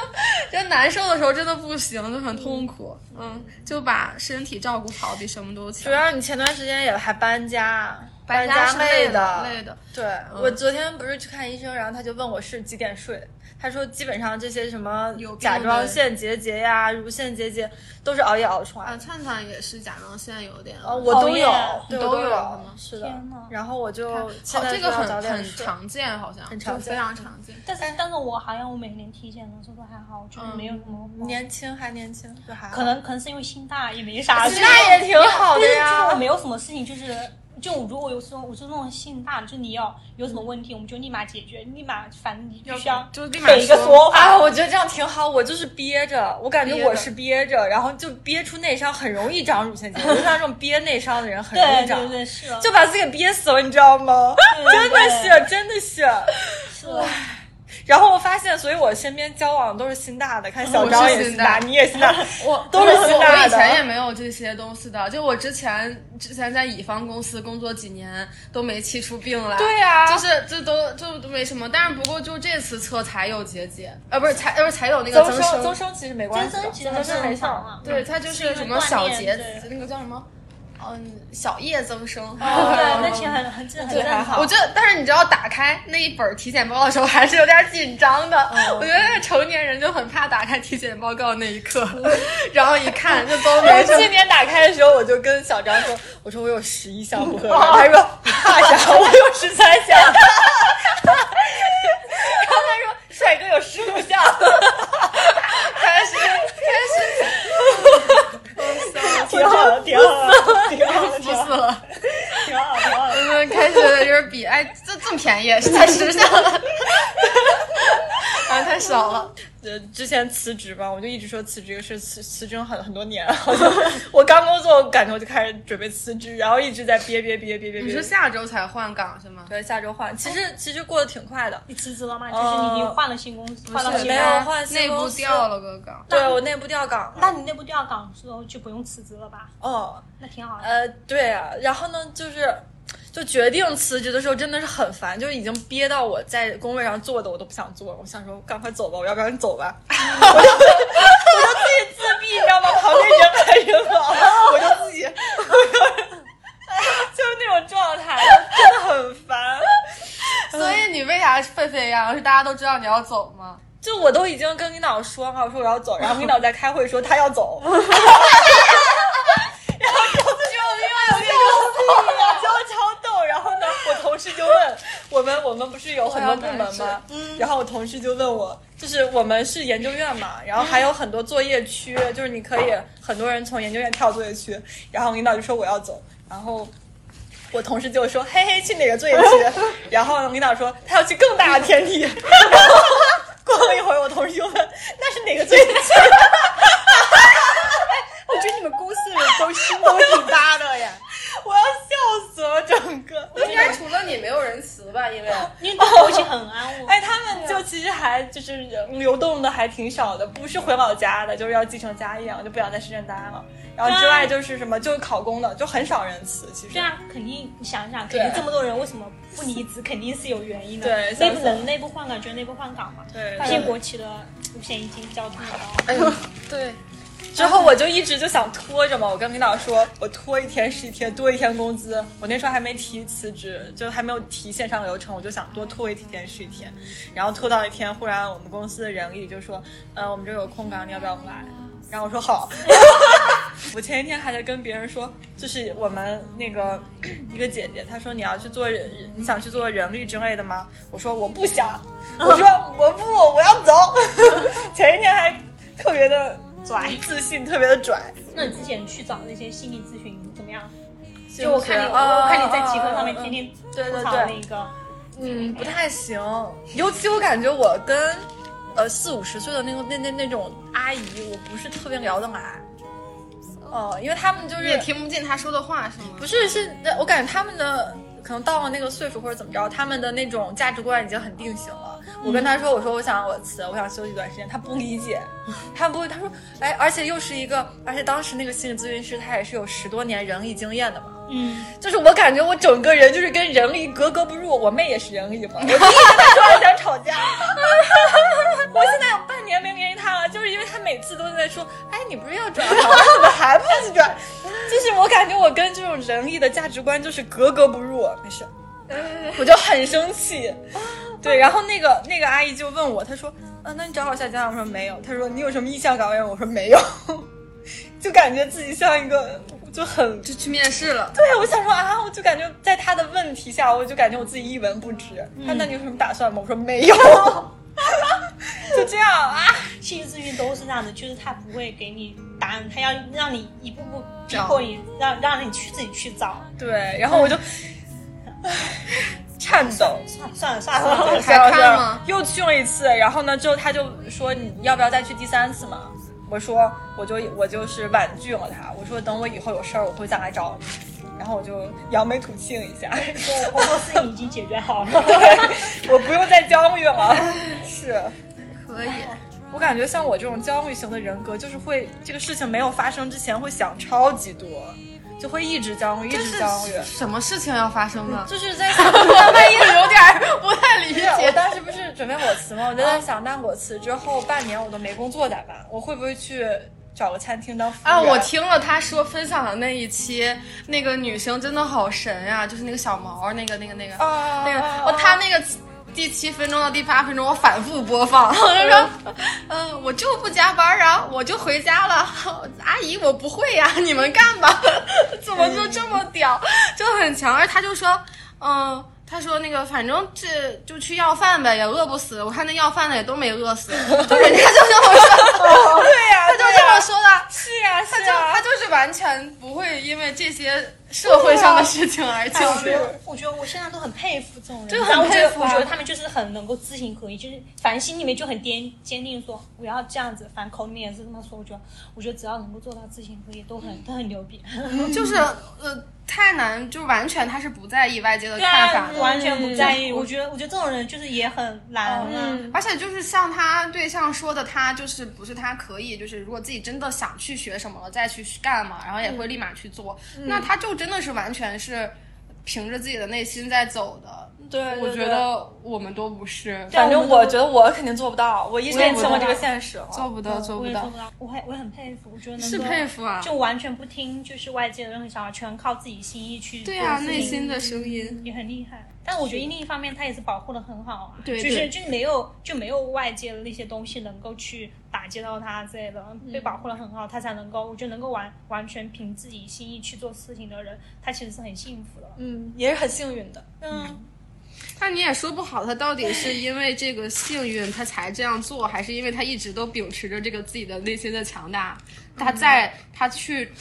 Speaker 3: 就难受的时候真的不行，就很痛苦。嗯，就把身体照顾好比什么都
Speaker 1: 主
Speaker 3: 强。
Speaker 1: 要你前段时间也还搬家，搬
Speaker 3: 家是
Speaker 1: 累
Speaker 3: 的，累的。嗯
Speaker 1: 对、我昨天不是去看医生，然后他就问我是几点睡，他说基本上这些什么
Speaker 3: 有病
Speaker 1: 甲
Speaker 3: 的
Speaker 1: 状腺结节呀、乳腺结节都是熬夜熬出来
Speaker 3: 啊，
Speaker 1: 的。
Speaker 3: 灿灿也是甲状腺有点，
Speaker 1: 啊，我都有
Speaker 2: 熬夜，
Speaker 1: 对
Speaker 3: 你
Speaker 1: 我
Speaker 3: 都
Speaker 1: 都
Speaker 3: 有是吗
Speaker 1: 是的
Speaker 2: 天哪。
Speaker 1: 然后我就现
Speaker 3: 好，
Speaker 1: 在
Speaker 3: 这个
Speaker 1: 说要早
Speaker 3: 很
Speaker 1: 点
Speaker 3: 很
Speaker 1: 睡。
Speaker 3: 常见，好像
Speaker 1: 很常
Speaker 3: 就非
Speaker 1: 见
Speaker 3: 常常见。
Speaker 2: 但是但是我好像我每年体检的时候都还好，就是没有什么。
Speaker 1: 年轻还年轻，就还好
Speaker 2: 可能可能是因为心大也没啥，
Speaker 1: 啊心大也挺好的呀
Speaker 2: 就是就是我没有什么事情，就是就我如果有时候我是那种心大的，就你要有什么问题，我们就立马解决，立马反正你必须要
Speaker 3: 就立马
Speaker 2: 给一个说法。
Speaker 1: 啊，我觉得这样挺好。我就是憋着，我感觉我是憋着，然后就憋出内伤，很容易长乳腺结节。我就像这种憋内伤的人，很容
Speaker 2: 对
Speaker 1: 易长
Speaker 2: 对，对是的，
Speaker 1: 就把自己给憋死了，你知道 吗？真的是，真的是。
Speaker 2: 是的
Speaker 1: 然后我发现，所以我身边交往都是心大的，看小
Speaker 3: 我
Speaker 1: 张
Speaker 3: 是
Speaker 1: 也
Speaker 3: 心
Speaker 1: 心大，
Speaker 3: 大
Speaker 1: 你也心 大，
Speaker 3: 我
Speaker 1: 都是
Speaker 3: 我
Speaker 1: 新来的
Speaker 3: 我以前也没有这些东西的，就我之前之前在乙方公司工作几年都没气出病来。
Speaker 1: 对啊
Speaker 3: 就是这都就都没什么，但是不过就这次测才有结节，呃，不是才呃不是才有那个
Speaker 1: 增生
Speaker 3: 生。
Speaker 1: 增生其实没关系的，
Speaker 2: 增生其实
Speaker 1: 增生没事
Speaker 2: 正常
Speaker 1: 儿
Speaker 2: 啊。
Speaker 3: 对，它就
Speaker 2: 因
Speaker 3: 是
Speaker 2: 为
Speaker 3: 什么小
Speaker 2: 锻
Speaker 3: 结
Speaker 2: 炼，对
Speaker 3: 那个叫什么，嗯，小叶增生。
Speaker 1: 哦
Speaker 2: 对，那其实很很正很
Speaker 1: 对还
Speaker 2: 正
Speaker 1: 好
Speaker 2: 常
Speaker 3: 我。就，但是你知道，打开那一本体检报告的时候，还是有点紧张的。
Speaker 1: 哦
Speaker 3: 我觉得成年人就很怕打开体检报告那一刻，然后一 看就都 没
Speaker 1: 嗯我
Speaker 3: 什么。
Speaker 1: 今年打开的时候，我就跟小张说：“我说我有十一 项不合格。”他说：“你怕 啥？我有十三 项。”然后他说：“帅哥有十五项。”
Speaker 3: 开始
Speaker 1: 挺好的，挺好的，挺好的，
Speaker 3: 不死了，
Speaker 1: 挺好的，挺好的。
Speaker 3: 嗯，开始就是比哎，这这么便宜，才十项，啊，太少了。
Speaker 1: 呃，之前辞职吧，我就一直说辞职这个事，辞辞职很很多年了。 好像我刚工作，我感觉我就开始准备辞职，然后一直在憋憋憋憋憋
Speaker 3: 你
Speaker 1: 憋
Speaker 3: 是。下周才换岗是吗？
Speaker 1: 对，下周换，其实其实过得挺快的。
Speaker 2: 你辞职了吗？就是你已经换了新公司，换到
Speaker 1: 是
Speaker 2: 新
Speaker 1: 没
Speaker 2: 公司
Speaker 1: 有换
Speaker 3: 啊内
Speaker 1: 新
Speaker 3: 部
Speaker 1: 公司
Speaker 3: 调了个岗。
Speaker 1: 对我内部调岗了。
Speaker 2: 那你内部调岗之后就不用辞职了吧？
Speaker 1: 哦，
Speaker 2: 那挺好的。
Speaker 1: 呃，对啊，然后呢，就是就决定辞职的时候，真的是很烦，就是已经憋到我在工位上坐的我都不想坐了，我想说赶快走吧，我要不然走吧， 我就我就自己自闭，你知道吗？旁边人来人往，我就自己， 我就就是那种状态，真的很烦。
Speaker 3: 所以你为啥沸沸扬扬？是大家都知道你要走吗？
Speaker 1: 就我都已经跟领导说了，我说我要走，然后领导在开会说他要走，然后有有结果超逗。然后呢，我同事就问我们，我们不是有很多部门吗？然后我同事就问我，就是我们是研究院嘛，然后还有很多作业区，就是你可以很多人从研究院跳作业区，然后领导就说我要走，然后。我同事就说：“嘿嘿，去哪个作业区？”然后领导说：“他要去更大的天地。”然后过
Speaker 2: 过一会儿，我同事就问：“那是哪个 最近？”我觉得你们公司人都心都挺大的呀， 我要笑死了，整个。
Speaker 5: 应该除了你没有人辞吧，因为
Speaker 2: 因为后期很安
Speaker 1: 呃
Speaker 2: 稳。
Speaker 4: 哎，他们就其实还就是人流动的还挺少的，不是回老家的，就是要继承家业，就不想在深圳待了。然后之外就是什么，就是考公的，就很少人辞。其实
Speaker 2: 对，啊，肯定你想想，肯定这么多人为什么不离职，肯定是有原因的。
Speaker 4: 对
Speaker 2: 内部
Speaker 4: 想想
Speaker 2: 能内部换岗就内部换岗嘛。
Speaker 4: 对
Speaker 2: 发现国企的五险一金交这么高，
Speaker 1: 对，
Speaker 4: 之后我就一直就想拖着嘛，我跟领导说，我拖一天是一天，多一天工资。我那时候还没提辞职，就还没有提线上流程，我就想多拖一天是一天。然后拖到一天，忽然我们公司的人力就说，呃，我们这儿有空岗，你要不要来？然后我说好。 我前一天还在跟别人说，就是我们那个 一个姐姐，她说你要去做人，你想去做人力之类的吗？我说我不想，我说我不，我要走。 前一天还特别的拽，自信特别的拽。
Speaker 2: 那你之前去找那些心理咨询怎么样？就我看你，我看你在极客上面天天
Speaker 4: 对
Speaker 2: 吐
Speaker 4: 对
Speaker 2: 槽
Speaker 4: 对
Speaker 2: 那个，
Speaker 1: 嗯，不太行。尤其我感觉我跟呃四五十岁的那个那那那种阿姨，我不是特别聊得来。哦、因为他们就是
Speaker 3: 也听不进他说的话，是吗？
Speaker 1: 不是，是我感觉他们的可能到了那个岁数或者怎么着，他们的那种价值观已经很定型了。我跟他说，我说我想我辞，我想休息一段时间，他不理解，他不，他说，哎，而且又是一个，而且当时那个心理咨询师他也是有十多年人力经验的嘛，
Speaker 2: 嗯，
Speaker 1: 就是我感觉我整个人就是跟人力格格不入，我妹也是人力嘛，我第一跟她说我想吵架，我现在有半年没联系她了，就是因为她每次都在说，哎，你不是要转行吗？怎么还不去转？就是我感觉我跟这种人力的价值观就是格格不入，没事，我就很生气。对，然后那个那个阿姨就问我，她说，嗯、那你找好下家？我说没有。她说你有什么意向岗位吗？我说没有，就感觉自己像一个就很
Speaker 3: 就去面试 了，
Speaker 1: 对，我想说啊，我就感觉在他的问题下，我就感觉我自己一文不值。他那你有什么打算吗？我说没有， 就这样啊。
Speaker 2: 心理咨询都是这样的，就是他不会给你答案，他要让你一步步逼迫你，让让你去自己去找。啊
Speaker 1: 对，然后我就颤抖。
Speaker 2: 算了算了算了，
Speaker 1: 对
Speaker 3: 还
Speaker 1: 然后
Speaker 3: 看
Speaker 1: 就
Speaker 3: 吗
Speaker 1: 又去了一次，然后呢，之后他就说你要不要再去第三次嘛？我说我就我就是婉拒了他，我说等我以后有事儿我会再来找你。然后我就扬眉吐气了一下，
Speaker 2: 说我工作事情已经解决好了。
Speaker 1: 我不用再焦虑了。是。
Speaker 3: 可以。
Speaker 1: 我感觉像我这种焦虑型的人格，就是会这个事情没有发生之前会想超级多，就会一直焦虑，一直焦虑。
Speaker 3: 什么事情要发生呢？
Speaker 1: 就是在想，
Speaker 3: 万一有点儿不太理
Speaker 1: 我
Speaker 3: 解，
Speaker 1: 当时不是准备裸辞吗？我就在想，那裸辞之后半年我都没工作咋办？我会不会去找个餐厅当服务员？
Speaker 3: 啊，我听了他说分享的那一期，那个女生真的好神啊，就是那个小毛，那个那个那个、
Speaker 1: 啊，
Speaker 3: 那个，哦，他那个第七分钟到第八分钟我反复播放， 我就说，嗯、我就不加班啊，我就回家了， 阿姨我不会呀、 你们干吧，怎么就这么屌，就很强，而他就说，嗯、他说那个，反正这就去要饭呗，也饿不死。我看那要饭的也都没饿死， 就人家就这么说，
Speaker 1: 对呀、
Speaker 3: 他就这么说的。
Speaker 1: 是啊呀、
Speaker 3: 他
Speaker 1: 是
Speaker 3: 就
Speaker 1: 呀、
Speaker 3: 他就是完全不会因为这些社会上
Speaker 1: 啊
Speaker 3: 的事情
Speaker 1: 哎
Speaker 3: 而焦虑。
Speaker 2: 哎我觉得我现在都很佩服这种人，
Speaker 3: 这个很
Speaker 2: 但
Speaker 3: 佩服啊
Speaker 2: 我觉得他们就是很能够知行合一，就是反正心里面就很坚坚定说我要这样子，反正口里面也是这么说。我觉得，我觉得只要能够做到知行合一，都很都很牛逼。
Speaker 3: 就是
Speaker 2: 嗯
Speaker 3: 呃，太难，就完全他是不在意外界的
Speaker 2: 对
Speaker 3: 看
Speaker 2: 啊
Speaker 3: 法，的。
Speaker 2: 完全不在意。我觉得，我觉得这种人就是也很懒啊。
Speaker 3: 而且就是像他对象说的，他就是不是他可以，就是如果自己真的想去学什么了再去干嘛，然后也会
Speaker 2: 嗯
Speaker 3: 立马去做。那他就真的是完全是凭着自己的内心在走的。
Speaker 1: 对对对
Speaker 3: 我觉得我们都不是，
Speaker 2: 啊
Speaker 1: 反正我觉得我肯定做不到，我一认清了这个现实了。
Speaker 3: 做不到，做
Speaker 2: 嗯我
Speaker 3: 不
Speaker 2: 也做
Speaker 3: 到
Speaker 2: 不，到，我还我也很佩服，我觉得能
Speaker 3: 是
Speaker 2: 够
Speaker 3: 佩服啊！
Speaker 2: 就完全不听就是外界的任何想法，全靠自己心意去
Speaker 3: 对啊，
Speaker 2: 做事
Speaker 3: 内
Speaker 2: 情
Speaker 3: 心的声音。
Speaker 2: 也很厉害。但我觉得另一方面，他也是保护的很好啊，
Speaker 3: 对
Speaker 2: 就是
Speaker 3: 对
Speaker 2: 就没有就没有外界的那些东西能够去打击到他之类的，
Speaker 3: 嗯
Speaker 2: 被保护的很好，他才能够，我觉得能够完完全凭自己心意去做事情的人，他其实是很幸福的。
Speaker 1: 嗯，也是很幸运的。
Speaker 2: 嗯，
Speaker 3: 但你也说不好，他到底是因为这个幸运他才这样做，还是因为他一直都秉持着这个自己的内心的强大，
Speaker 2: 嗯
Speaker 3: 他在他去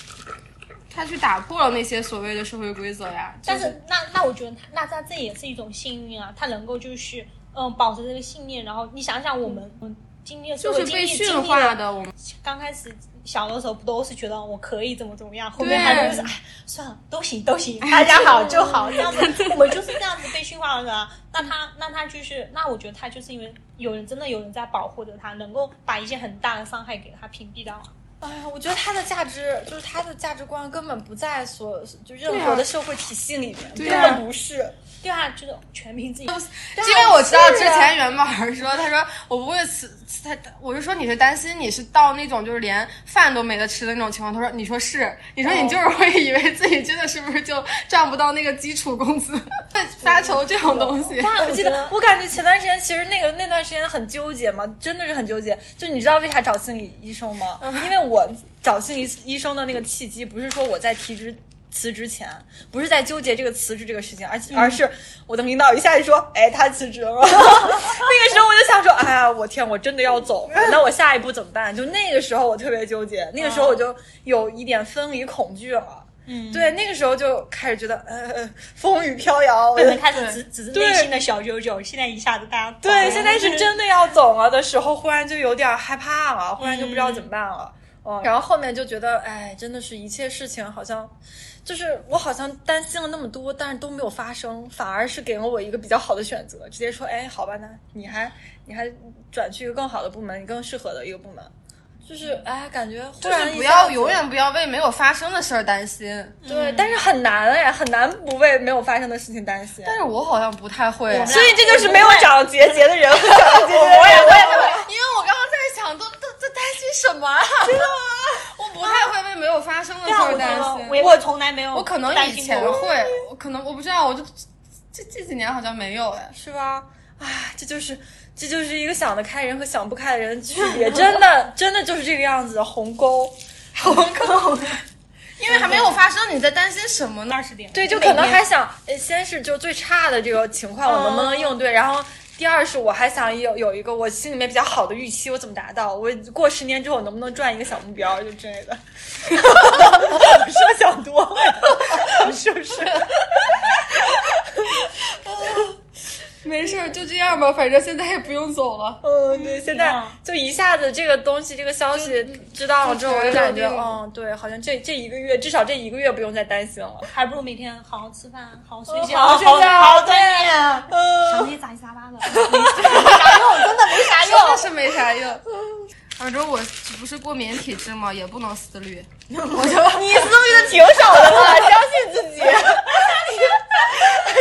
Speaker 3: 他去打破了那些所谓的社会规则呀。就
Speaker 2: 但是那那我觉得他那他这也是一种幸运啊，他能够就是。嗯保持这个信念，然后你想想我们嗯经历了所
Speaker 3: 就
Speaker 2: 有
Speaker 3: 是
Speaker 2: 经
Speaker 3: 被
Speaker 2: 历
Speaker 3: 驯
Speaker 2: 经历
Speaker 3: 化
Speaker 2: 了
Speaker 3: 的我们。
Speaker 2: 刚开始小的时候不都是觉得我可以怎么怎么样，后
Speaker 3: 对哎
Speaker 2: 面还有就是哎算了都行都行，大家好 就 好，这样子我们就是这样子被驯化的。啊那他那他就是那我觉得他就是因为有人真的有人在保护着他，能够把一些很大的伤害给他屏蔽掉。啊
Speaker 1: 哎呀，我觉得他的价值就是他的价值观根本不在所就任
Speaker 3: 对啊
Speaker 1: 何的社会体系里面，
Speaker 3: 对
Speaker 1: 真
Speaker 3: 啊
Speaker 1: 的不是。
Speaker 2: 对啊，就是全凭自己。
Speaker 3: 哦因为我知道之前元宝儿说，他说我不会辞辞他，我就说你是担心你是到那种就是连饭都没得吃的那种情况，他说你说是，你说
Speaker 2: 哦
Speaker 3: 你就是会以为自己真的是不是就赚不到那个基础工资， 发愁这种东西。
Speaker 1: 哇，我记得
Speaker 2: 我觉得，
Speaker 1: 我感觉前段时间其实那个那段时间很纠结嘛，真的是很纠结。就你知道为啥找心理医生吗？因为我找心理医生的那个契机，不是说我在提职辞职前，不是在纠结这个辞职这个事情，而且、而是我的领导一下就说，哎，他辞职了。 那个时候我就想说，哎呀，我天，我真的要走了，那我下一步怎么办？就那个时候我特别纠结，那个时候我就有一点分离恐惧了。
Speaker 2: 嗯，
Speaker 1: 对，那个时候就开始觉得，呃，呃风雨飘摇，我
Speaker 2: 可
Speaker 1: 就
Speaker 2: 能开始只只是内
Speaker 1: 对
Speaker 2: 心的小九九，现在一下子大家
Speaker 1: 对，现在是真的要走了的时候，忽然就有点害怕 了，忽然就不知道怎么办了。嗯，然后后面就觉得，哎，真的是一切事情好像，就是我好像担心了那么多，但是都没有发生，反而是给了我一个比较好的选择，直接说，哎，好吧，那你还你还转去一个更好的部门，你更适合的一个部门，就是哎，感觉忽
Speaker 3: 嗯就是
Speaker 1: 然
Speaker 3: 不
Speaker 1: 一下
Speaker 3: 要
Speaker 1: 子
Speaker 3: 永远不嗯要为没有发生的事儿担心，
Speaker 1: 对，但是很难哎，很难不为没有发生的事情担心。
Speaker 3: 但是我好像不太会，
Speaker 1: 所以这就是没有找结节的人 和找结节的人。
Speaker 3: 因为我刚刚在想，都都都担心什么啊？ 真的吗？ 我不太会为没有发生的
Speaker 2: 对
Speaker 3: 事
Speaker 2: 啊，
Speaker 3: 儿
Speaker 2: 我觉
Speaker 3: 担
Speaker 2: 得
Speaker 3: 心
Speaker 2: 我。也我从来没有
Speaker 3: 我可能
Speaker 2: 担
Speaker 3: 以
Speaker 2: 心
Speaker 3: 前
Speaker 2: 过
Speaker 3: 会，我可能我不知道，我就这这几年好像没有哎。
Speaker 1: 是吧？啊，这就是这就是一个想得开人和想不开的人的区 别，真的真的就是这个样子，鸿沟。 鸿沟，
Speaker 3: 因为还没有发生，你在担心什么呢？
Speaker 2: 二十点，
Speaker 1: 对，就可能还想，呃先是就最差的这个情况我能不能应对，然后第二是我还想有有一个我心里面比较好的预期，我怎么达到？我过十年之后能不能赚一个小目标，就之类的。 是不是想多了？ 是不是？
Speaker 3: 没事儿，就这样吧，反正现在也不用走了。
Speaker 1: 嗯，对，现在
Speaker 2: 啊
Speaker 1: 就一下子这个东西，这个消息知道了之后，我就感觉，
Speaker 3: 就
Speaker 1: 嗯，对，好像这这一个月，至少这一个月不用再担心了。
Speaker 2: 还不如每天好好吃饭，哦好好睡觉，
Speaker 1: 好好睡觉
Speaker 2: 好好锻炼，
Speaker 1: 嗯，
Speaker 2: 想那些杂七杂八的，没啥用，真的没啥
Speaker 3: 真的是没啥 用。反正我不是过敏体质嘛，也不能思虑。我就
Speaker 1: 你思路就挺少的嘛， 相信自己。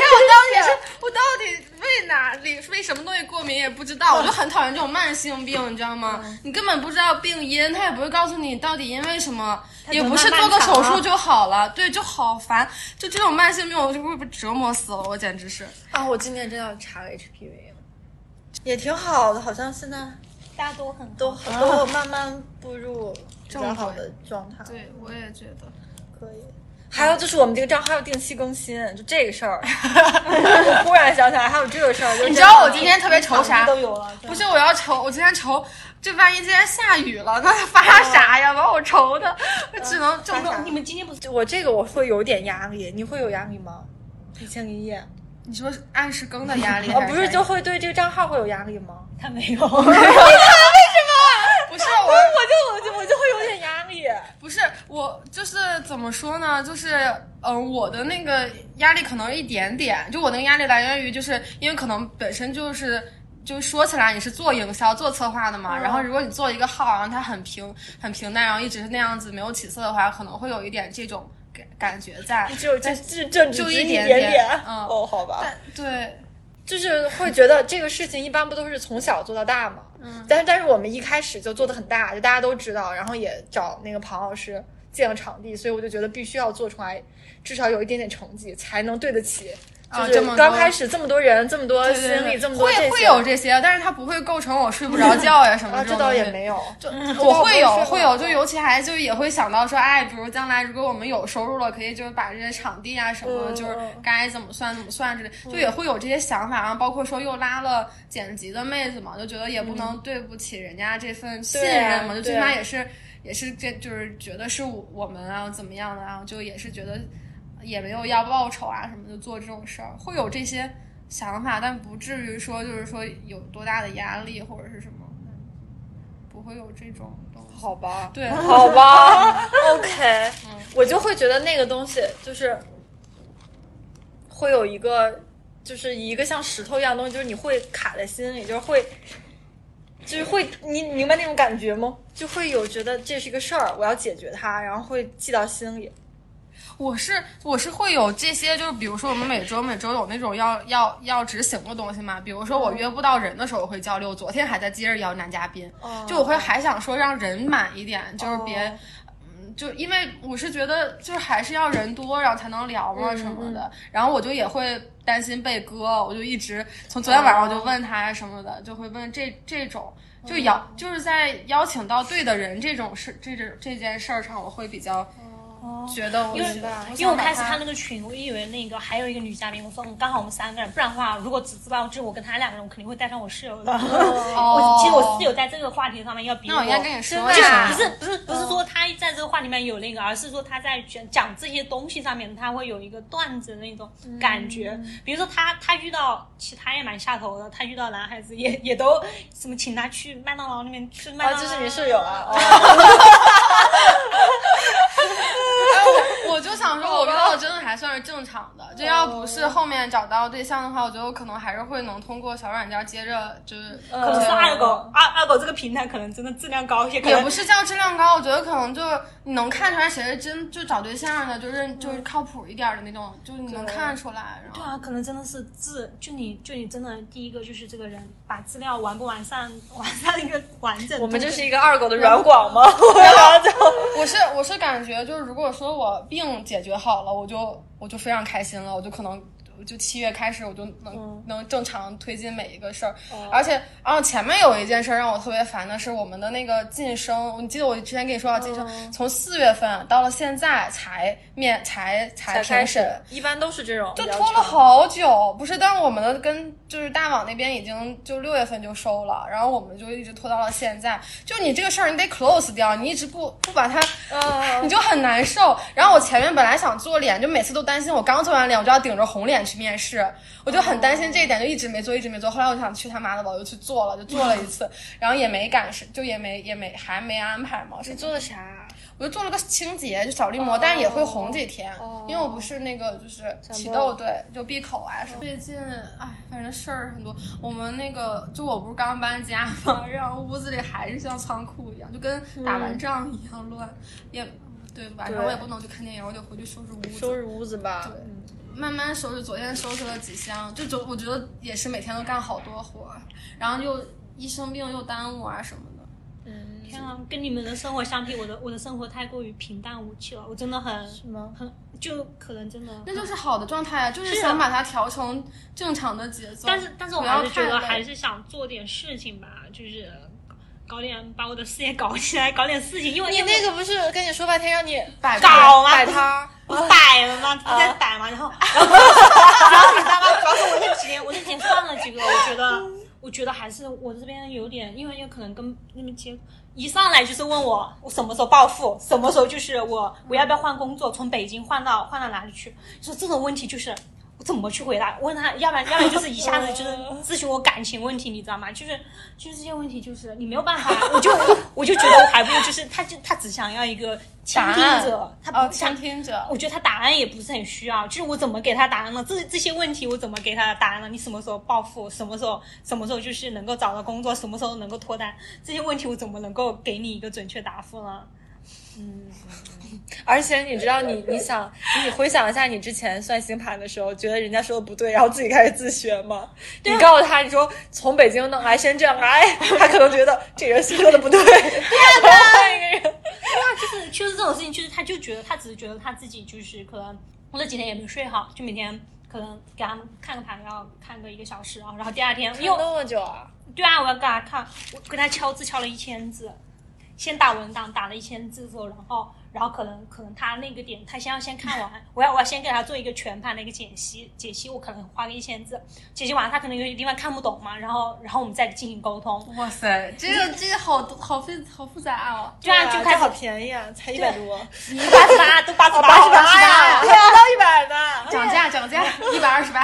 Speaker 3: 我到底是我到底为哪里为什么东西过敏也不知道，我就很讨厌这种慢性病，你知道吗？你根本不知道病因，他也不会告诉你到底因为什么，也不是做个手术就好了，对，就好烦。就这种慢性病，我就会被折磨死了，我简直是。
Speaker 1: 啊，我今年真要查个 HPV 了也挺好的，好像现在
Speaker 2: 大家都很
Speaker 1: 都都慢慢步入比较好的状态，
Speaker 3: 对，我也觉得。
Speaker 1: 可以。还有就是我们这个账号要定期更新，就这个事 儿，我忽然想起来还有这个事儿，就是
Speaker 3: 你知道我今天特别愁啥？
Speaker 2: 都有了，
Speaker 3: 不是我要愁，我今天愁，这万一今天下雨了，那发啥呀？把我愁的，我只能就
Speaker 2: 真的。你们今天不是
Speaker 1: 我这个我会有点压力，你会有压力吗？一千零一夜
Speaker 3: 你说是按时更的 压力
Speaker 1: 啊
Speaker 3: 还，
Speaker 1: 不
Speaker 3: 啥
Speaker 1: 是
Speaker 3: 呀
Speaker 1: 就会对这个账号会有压力吗？
Speaker 2: 他没有，我
Speaker 3: 不是
Speaker 1: 我
Speaker 3: 我
Speaker 1: 就我就我就会有点压 力。
Speaker 3: 不是我，就是怎么说呢？就是嗯、呃我的那个压力可能一点点，就我那个压力来源于，就是因为可能本身就是。就说起来，你是做营销、做策划的
Speaker 1: 嗯
Speaker 3: 嘛，然后如果你做一个号，然后它很平、很平淡，然后一直是那样子没有起色的话，可能会有一点这种感感觉在。
Speaker 1: 只有这这这只
Speaker 3: 就
Speaker 1: 值
Speaker 3: 一
Speaker 1: 点
Speaker 3: 点
Speaker 1: 点
Speaker 3: 点嗯
Speaker 1: 哦，好吧，
Speaker 3: 但对，
Speaker 1: 就是会觉得这个事情一般不都是从小做到大嘛。嗯，但是但是我们一开始就做的很大，就大家都知道，然后也找那个庞老师借了场地，所以我就觉得必须要做出来，至少有一点点成绩，才能对得起。
Speaker 3: 啊
Speaker 1: 就
Speaker 3: 这
Speaker 1: 是
Speaker 3: 么多
Speaker 1: 刚开始这么多人，这么多
Speaker 3: 对
Speaker 1: 心
Speaker 3: 对对
Speaker 1: 力，这么多这
Speaker 3: 会
Speaker 1: 些，
Speaker 3: 会有这些，但是它不会构成我睡不着觉 呀、什么
Speaker 1: 啊，
Speaker 3: 这
Speaker 1: 这
Speaker 3: 种东
Speaker 1: 倒
Speaker 3: 西。
Speaker 1: 也没有，
Speaker 3: 就
Speaker 1: 我
Speaker 3: 我会
Speaker 1: 不
Speaker 3: 有
Speaker 1: 是
Speaker 3: 会有，就尤其还就也会想到说，哎，比如将来如果我们有收入了，可以就是把这些场地啊什么，
Speaker 1: 嗯
Speaker 3: 就是
Speaker 1: 嗯
Speaker 3: 该怎么算怎么算之类，就也会有这些想法啊。包括说又拉了剪辑的妹子嘛，就觉得也不能对不起人家这份信任
Speaker 1: 嗯对
Speaker 3: 嘛，
Speaker 1: 啊
Speaker 3: 就最起码也是也是这就是觉得是我我们啊怎么样的啊，就也是觉得也没有要报酬啊什么，就做这种事儿，会有这些想法，但不至于说就是说有多大的压力或者是什么，嗯不会有这种东西。
Speaker 4: 好吧，
Speaker 3: 对，
Speaker 1: 好吧 嗯，OK，我就会觉得那个东西就是会有一个，就是一个像石头一样的东西，就是你会卡在心里，就是会，就是会，你你明白那种感觉吗？就会有觉得这是一个事儿，我要解决它，然后会记到心里。
Speaker 3: 我是我是会有这些，就是比如说我们每周每周有那种要要要执行的东西嘛，比如说我
Speaker 4: 嗯
Speaker 3: 约不到人的时候我会交流，昨天还在接着邀男嘉宾，就我会还想说让人满一点，就是别。
Speaker 4: 哦
Speaker 3: 嗯就因为我是觉得，就是还是要人多，然后才能聊啊
Speaker 2: 嗯
Speaker 3: 嘛什么的。然后我就也会担心被割，我就一直从昨天晚上
Speaker 2: 哦
Speaker 3: 我就问他什么的，就会问这这种，
Speaker 2: 嗯
Speaker 3: 就邀、就是在邀请到对的人这种事，这这这件事儿上，我会比较觉得我
Speaker 2: 哦因为
Speaker 3: 明白
Speaker 2: 因为我开始
Speaker 3: 想把它
Speaker 2: 看那个群，我以为那个还有一个女嘉宾，我说我嗯们刚好我们三个人，不然的话，如果只知道就我跟她两个人，我肯定会带上我室友的。
Speaker 3: 哦
Speaker 2: 我其实我室友在这个话题上面要比
Speaker 3: 那我应该跟你说哦
Speaker 2: 就是
Speaker 3: 呀
Speaker 2: 不是不是不是说他在这个话里面有那个，而是说他在讲讲这些东西上面，他会有一个段子那种感觉。
Speaker 3: 嗯
Speaker 2: 比如说他他遇到其他也蛮下头的，他遇到男孩子也也都什么请他去麦当劳那边吃麦
Speaker 1: 啊，
Speaker 2: 当劳，
Speaker 1: 就是你室友啊，哦
Speaker 3: 哎我就想说，我遇到的真的还算是正常的，就要不
Speaker 2: 哦
Speaker 3: 是后面找到对象的话，我觉得我可能还是会能通过小软件接着就是，
Speaker 2: 可能是
Speaker 3: 对
Speaker 2: 二狗二二狗这个平台可能真的质量高一些，可
Speaker 3: 哦也
Speaker 2: 能
Speaker 3: 不是叫质量高，我觉得可能就你能看出来谁是真就找对象的，就是就是靠谱一点的那种，就是你能看出来。
Speaker 2: 嗯
Speaker 3: 然
Speaker 2: 对
Speaker 3: 后
Speaker 2: 啊，可能真的是自就你就你真的第一个就是这个人把资料完不完善 完善一个完整。
Speaker 1: 我们这是一个二狗的软广吗？ 然后就
Speaker 3: 我是我是感觉就是，如果说我病解决好了，我就我就非常开心了，我就可能。就七月开始，我就能、
Speaker 2: 嗯
Speaker 3: 能正常推进每一个事儿，
Speaker 2: 哦
Speaker 3: 而且，然后前面有一件事儿让我特别烦的是我们的那个晋升，你记得我之前跟你说到晋升，
Speaker 2: 嗯
Speaker 3: 从四月份到了现在才面才才
Speaker 1: 才开
Speaker 3: 评
Speaker 1: 始
Speaker 3: 审，，
Speaker 1: 一般都是这种，
Speaker 3: 就
Speaker 1: 比较
Speaker 3: 拖了
Speaker 1: 长
Speaker 3: 好久，不是？但是我们的跟就是大网那边已经就六月份就收了，然后我们就一直拖到了现在。就你这个事儿，你得 close 掉，你一直不不把它，你就很难受。然后我前面本来想做脸，就每次都担心我刚做完脸，我就要顶着红脸去面试，我就很担心这一点，就一直没做，一直没做。后来我想去他妈的吧，我就去做了，就做了一次，然后也没赶上，就也没也没还没安排嘛。是
Speaker 1: 做的啥？
Speaker 3: 我就做了个清洁，就小绿膜，但是也会红几天，因为我不是那个就是起痘，对，就闭口啊什么。最近哎，反正事儿很多。我们那个就我不是刚搬家嘛， 然后屋子里还是像仓库一样，就跟打完仗一样乱。也对，晚上我也不能去看电影，我得回去收拾屋子。
Speaker 1: 收拾屋子吧。
Speaker 3: 慢慢收拾，昨天收拾了几箱，就就我觉得也是每天都干好多活儿，然后又一生病又耽误啊什么的。
Speaker 2: 天啊，跟你们的生活相比，我的我的生活太过于平淡无奇了，我真的很
Speaker 1: 吗
Speaker 2: 很就可能真的。
Speaker 3: 那就是好的状态啊，就是
Speaker 2: 是
Speaker 3: 想把它调成正常的节奏。
Speaker 2: 但是但是我
Speaker 3: 不要
Speaker 2: 还是觉得
Speaker 3: 太累
Speaker 2: 还是想做点事情吧，就是搞点把我的事业搞起来，搞点事情，因为
Speaker 1: 你
Speaker 2: 因为
Speaker 1: 那个不是跟你说半天让你
Speaker 3: 摆
Speaker 2: 搞吗
Speaker 1: 摆摊儿？
Speaker 2: 我摆了吗？不在摆嘛，然后，然后，然后你知道吗？主要是我那几天，我那几天算了几个，我觉得，我觉得还是我这边有点，因为有可能跟那边接，一上来就是问我我什么时候暴富，什么时候就是我我要不要换工作，从北京换到换到哪里去？就是这种问题，就是我怎么去回答？问他，要不然要不然就是一下子就是咨询我感情问题，你知道吗？就是就是这些问题，就是你没有办法，我就我就觉得我还不如就是他就他只想要一个倾
Speaker 3: 答案
Speaker 2: 听者，他
Speaker 3: 哦，
Speaker 2: 不想
Speaker 3: 倾听者，
Speaker 2: 我觉得他答案也不是很需要，就是我怎么给他答案呢？这这些问题我怎么给他答案呢？你什么时候暴富？什么时候什么时候就是能够找到工作？什么时候能够脱单？这些问题我怎么能够给你一个准确答复呢？
Speaker 1: 而且你知道你，你想，你回想一下你之前算星盘的时候，觉得人家说的不对，然后自己开始自学吗？你告诉他，你说从北京弄来深圳来，他可能觉得这人是不是说的不对，对呀，换一个人。
Speaker 2: 嗯就是就是这种事情，就是他就觉得他只是觉得他自己就是可能我这几天也没睡好，就每天可能给他们看个盘要看个一个小时啊，然后第二天
Speaker 1: 用
Speaker 2: 又
Speaker 1: 那么久啊？
Speaker 2: 对啊，我要给他看，我给他敲字敲了一千字，先打文档打了一千字之后，然后然后可能可能他那个点他先要先看 完，我要我要先给他做一个全盘的一个解析，解析我可能花个一千字，解析完他可能有些地方看不懂嘛，然后然后我们再进行沟通。
Speaker 3: 哇塞，这个这个好好复好复杂啊！
Speaker 2: 对啊，就
Speaker 1: 这
Speaker 2: 开
Speaker 1: 好
Speaker 2: 始
Speaker 1: 便宜啊，才一百多，
Speaker 2: 你八十八都八十八
Speaker 1: 啊八十八呀，还不到一百呢。
Speaker 3: 哎 涨价涨价，一百二十八，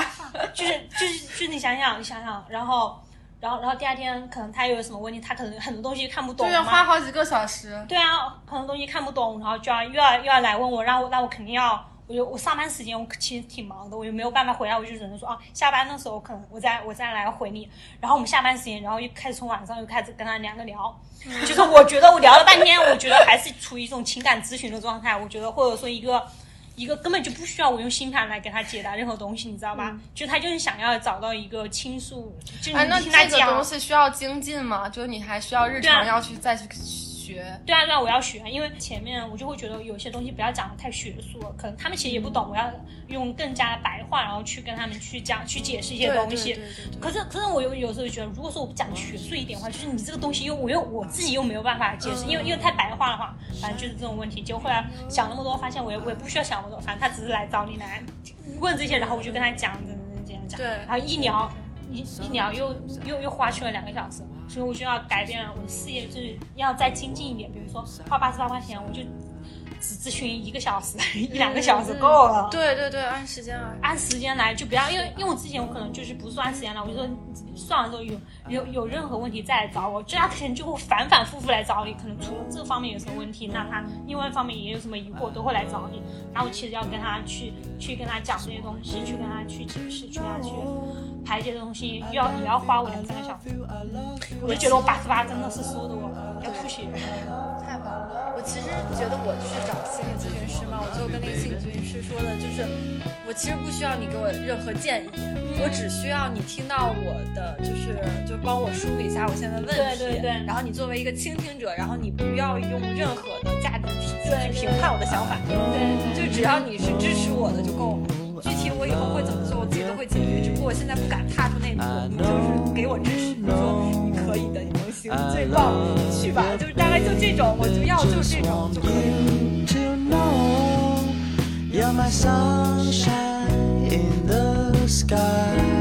Speaker 2: 就是就是就是你想想，你想想，然后然后然后第二天可能他又有什么问题，他可能啊很多东西看不懂
Speaker 3: 对呀，
Speaker 2: 嘛
Speaker 3: 花好几个小时。
Speaker 2: 对啊，很多东西看不懂，然后就要又要又要来问我，让我那我肯定要，我就我上班时间我其实挺忙的，我就没有办法回来，我就只能说啊，下班的时候可能我再我再来回你。然后我们下班时间，然后又开始从晚上又开始跟他两个聊，
Speaker 3: 嗯
Speaker 2: 就是我觉得我聊了半天，我觉得还是处于一种情感咨询的状态，我觉得或者说一个。一个根本就不需要我用星盘来给他解答任何东西，你知道吧？就他就是想要找到一个倾诉，就是
Speaker 3: 嗯哎，那
Speaker 2: 听他
Speaker 3: 这个
Speaker 2: 讲。
Speaker 3: 东西需要精进吗？就是你还需要日
Speaker 2: 对啊
Speaker 3: 常要去再去学。
Speaker 2: 对啊，对啊，我要学，因为前面我就会觉得有些东西不要讲的太学术了，可能他们其实也不懂，我要用更加的白话，然后去跟他们去讲、去解释一些东西。可是，可是我有有时候觉得，如果说我讲得学术一点的话，就是你这个东西又我又我自己又没有办法解释，因为因为太白话的话，反正就是这种问题。结果后来想那么多，发现我也我也不需要想那么多，反正他只是来找你来问这些，然后我就跟他讲，怎么怎么怎么讲，
Speaker 1: 对
Speaker 2: 然后一聊一一聊又又又花去了两个小时，所以我就要改变我的事业，就是要再精进一点。比如说花八十八块钱，我就只咨询一个小时， 一两个小时够了。
Speaker 1: 对对对，按时
Speaker 3: 啊
Speaker 1: 间来。
Speaker 2: 按时间来，就不要，因为因为我之前我可能就是不算按时间来，我就说你算了之后有有有任何问题再来找我，就他可能就会反反复复来找你，可能除了这方面有什么问题，那他另外一方面也有什么疑惑都会来找你，然后我其实要跟他去去跟他讲这些东西，去跟他去解释，去跟他去排解这东西，要也要花我两三个小时，我就觉得我八十八真的是说的我要吐血。
Speaker 1: 太棒了！我其实觉得我去找心理咨询师嘛，我就跟那个心理咨询师说的，就是我其实不需要你给我任何建议，我只需要你听到我的，就是就帮我梳理一下我现在的问题，
Speaker 2: 对对对
Speaker 1: 然后你作为一个倾听者，然后你不要用任何的价值体系去评判我的想法，
Speaker 2: 对
Speaker 1: 就只要你是支持我的就够了。具体我以后会怎么做，我自己都会解决，只不过我现在不敢踏出那一步。你就是给我支持，你说你可以的，你能行，你最棒，你去吧，就是大概就这种，我就要就这种就可以了。
Speaker 6: you to know you're my sunshine in the sky.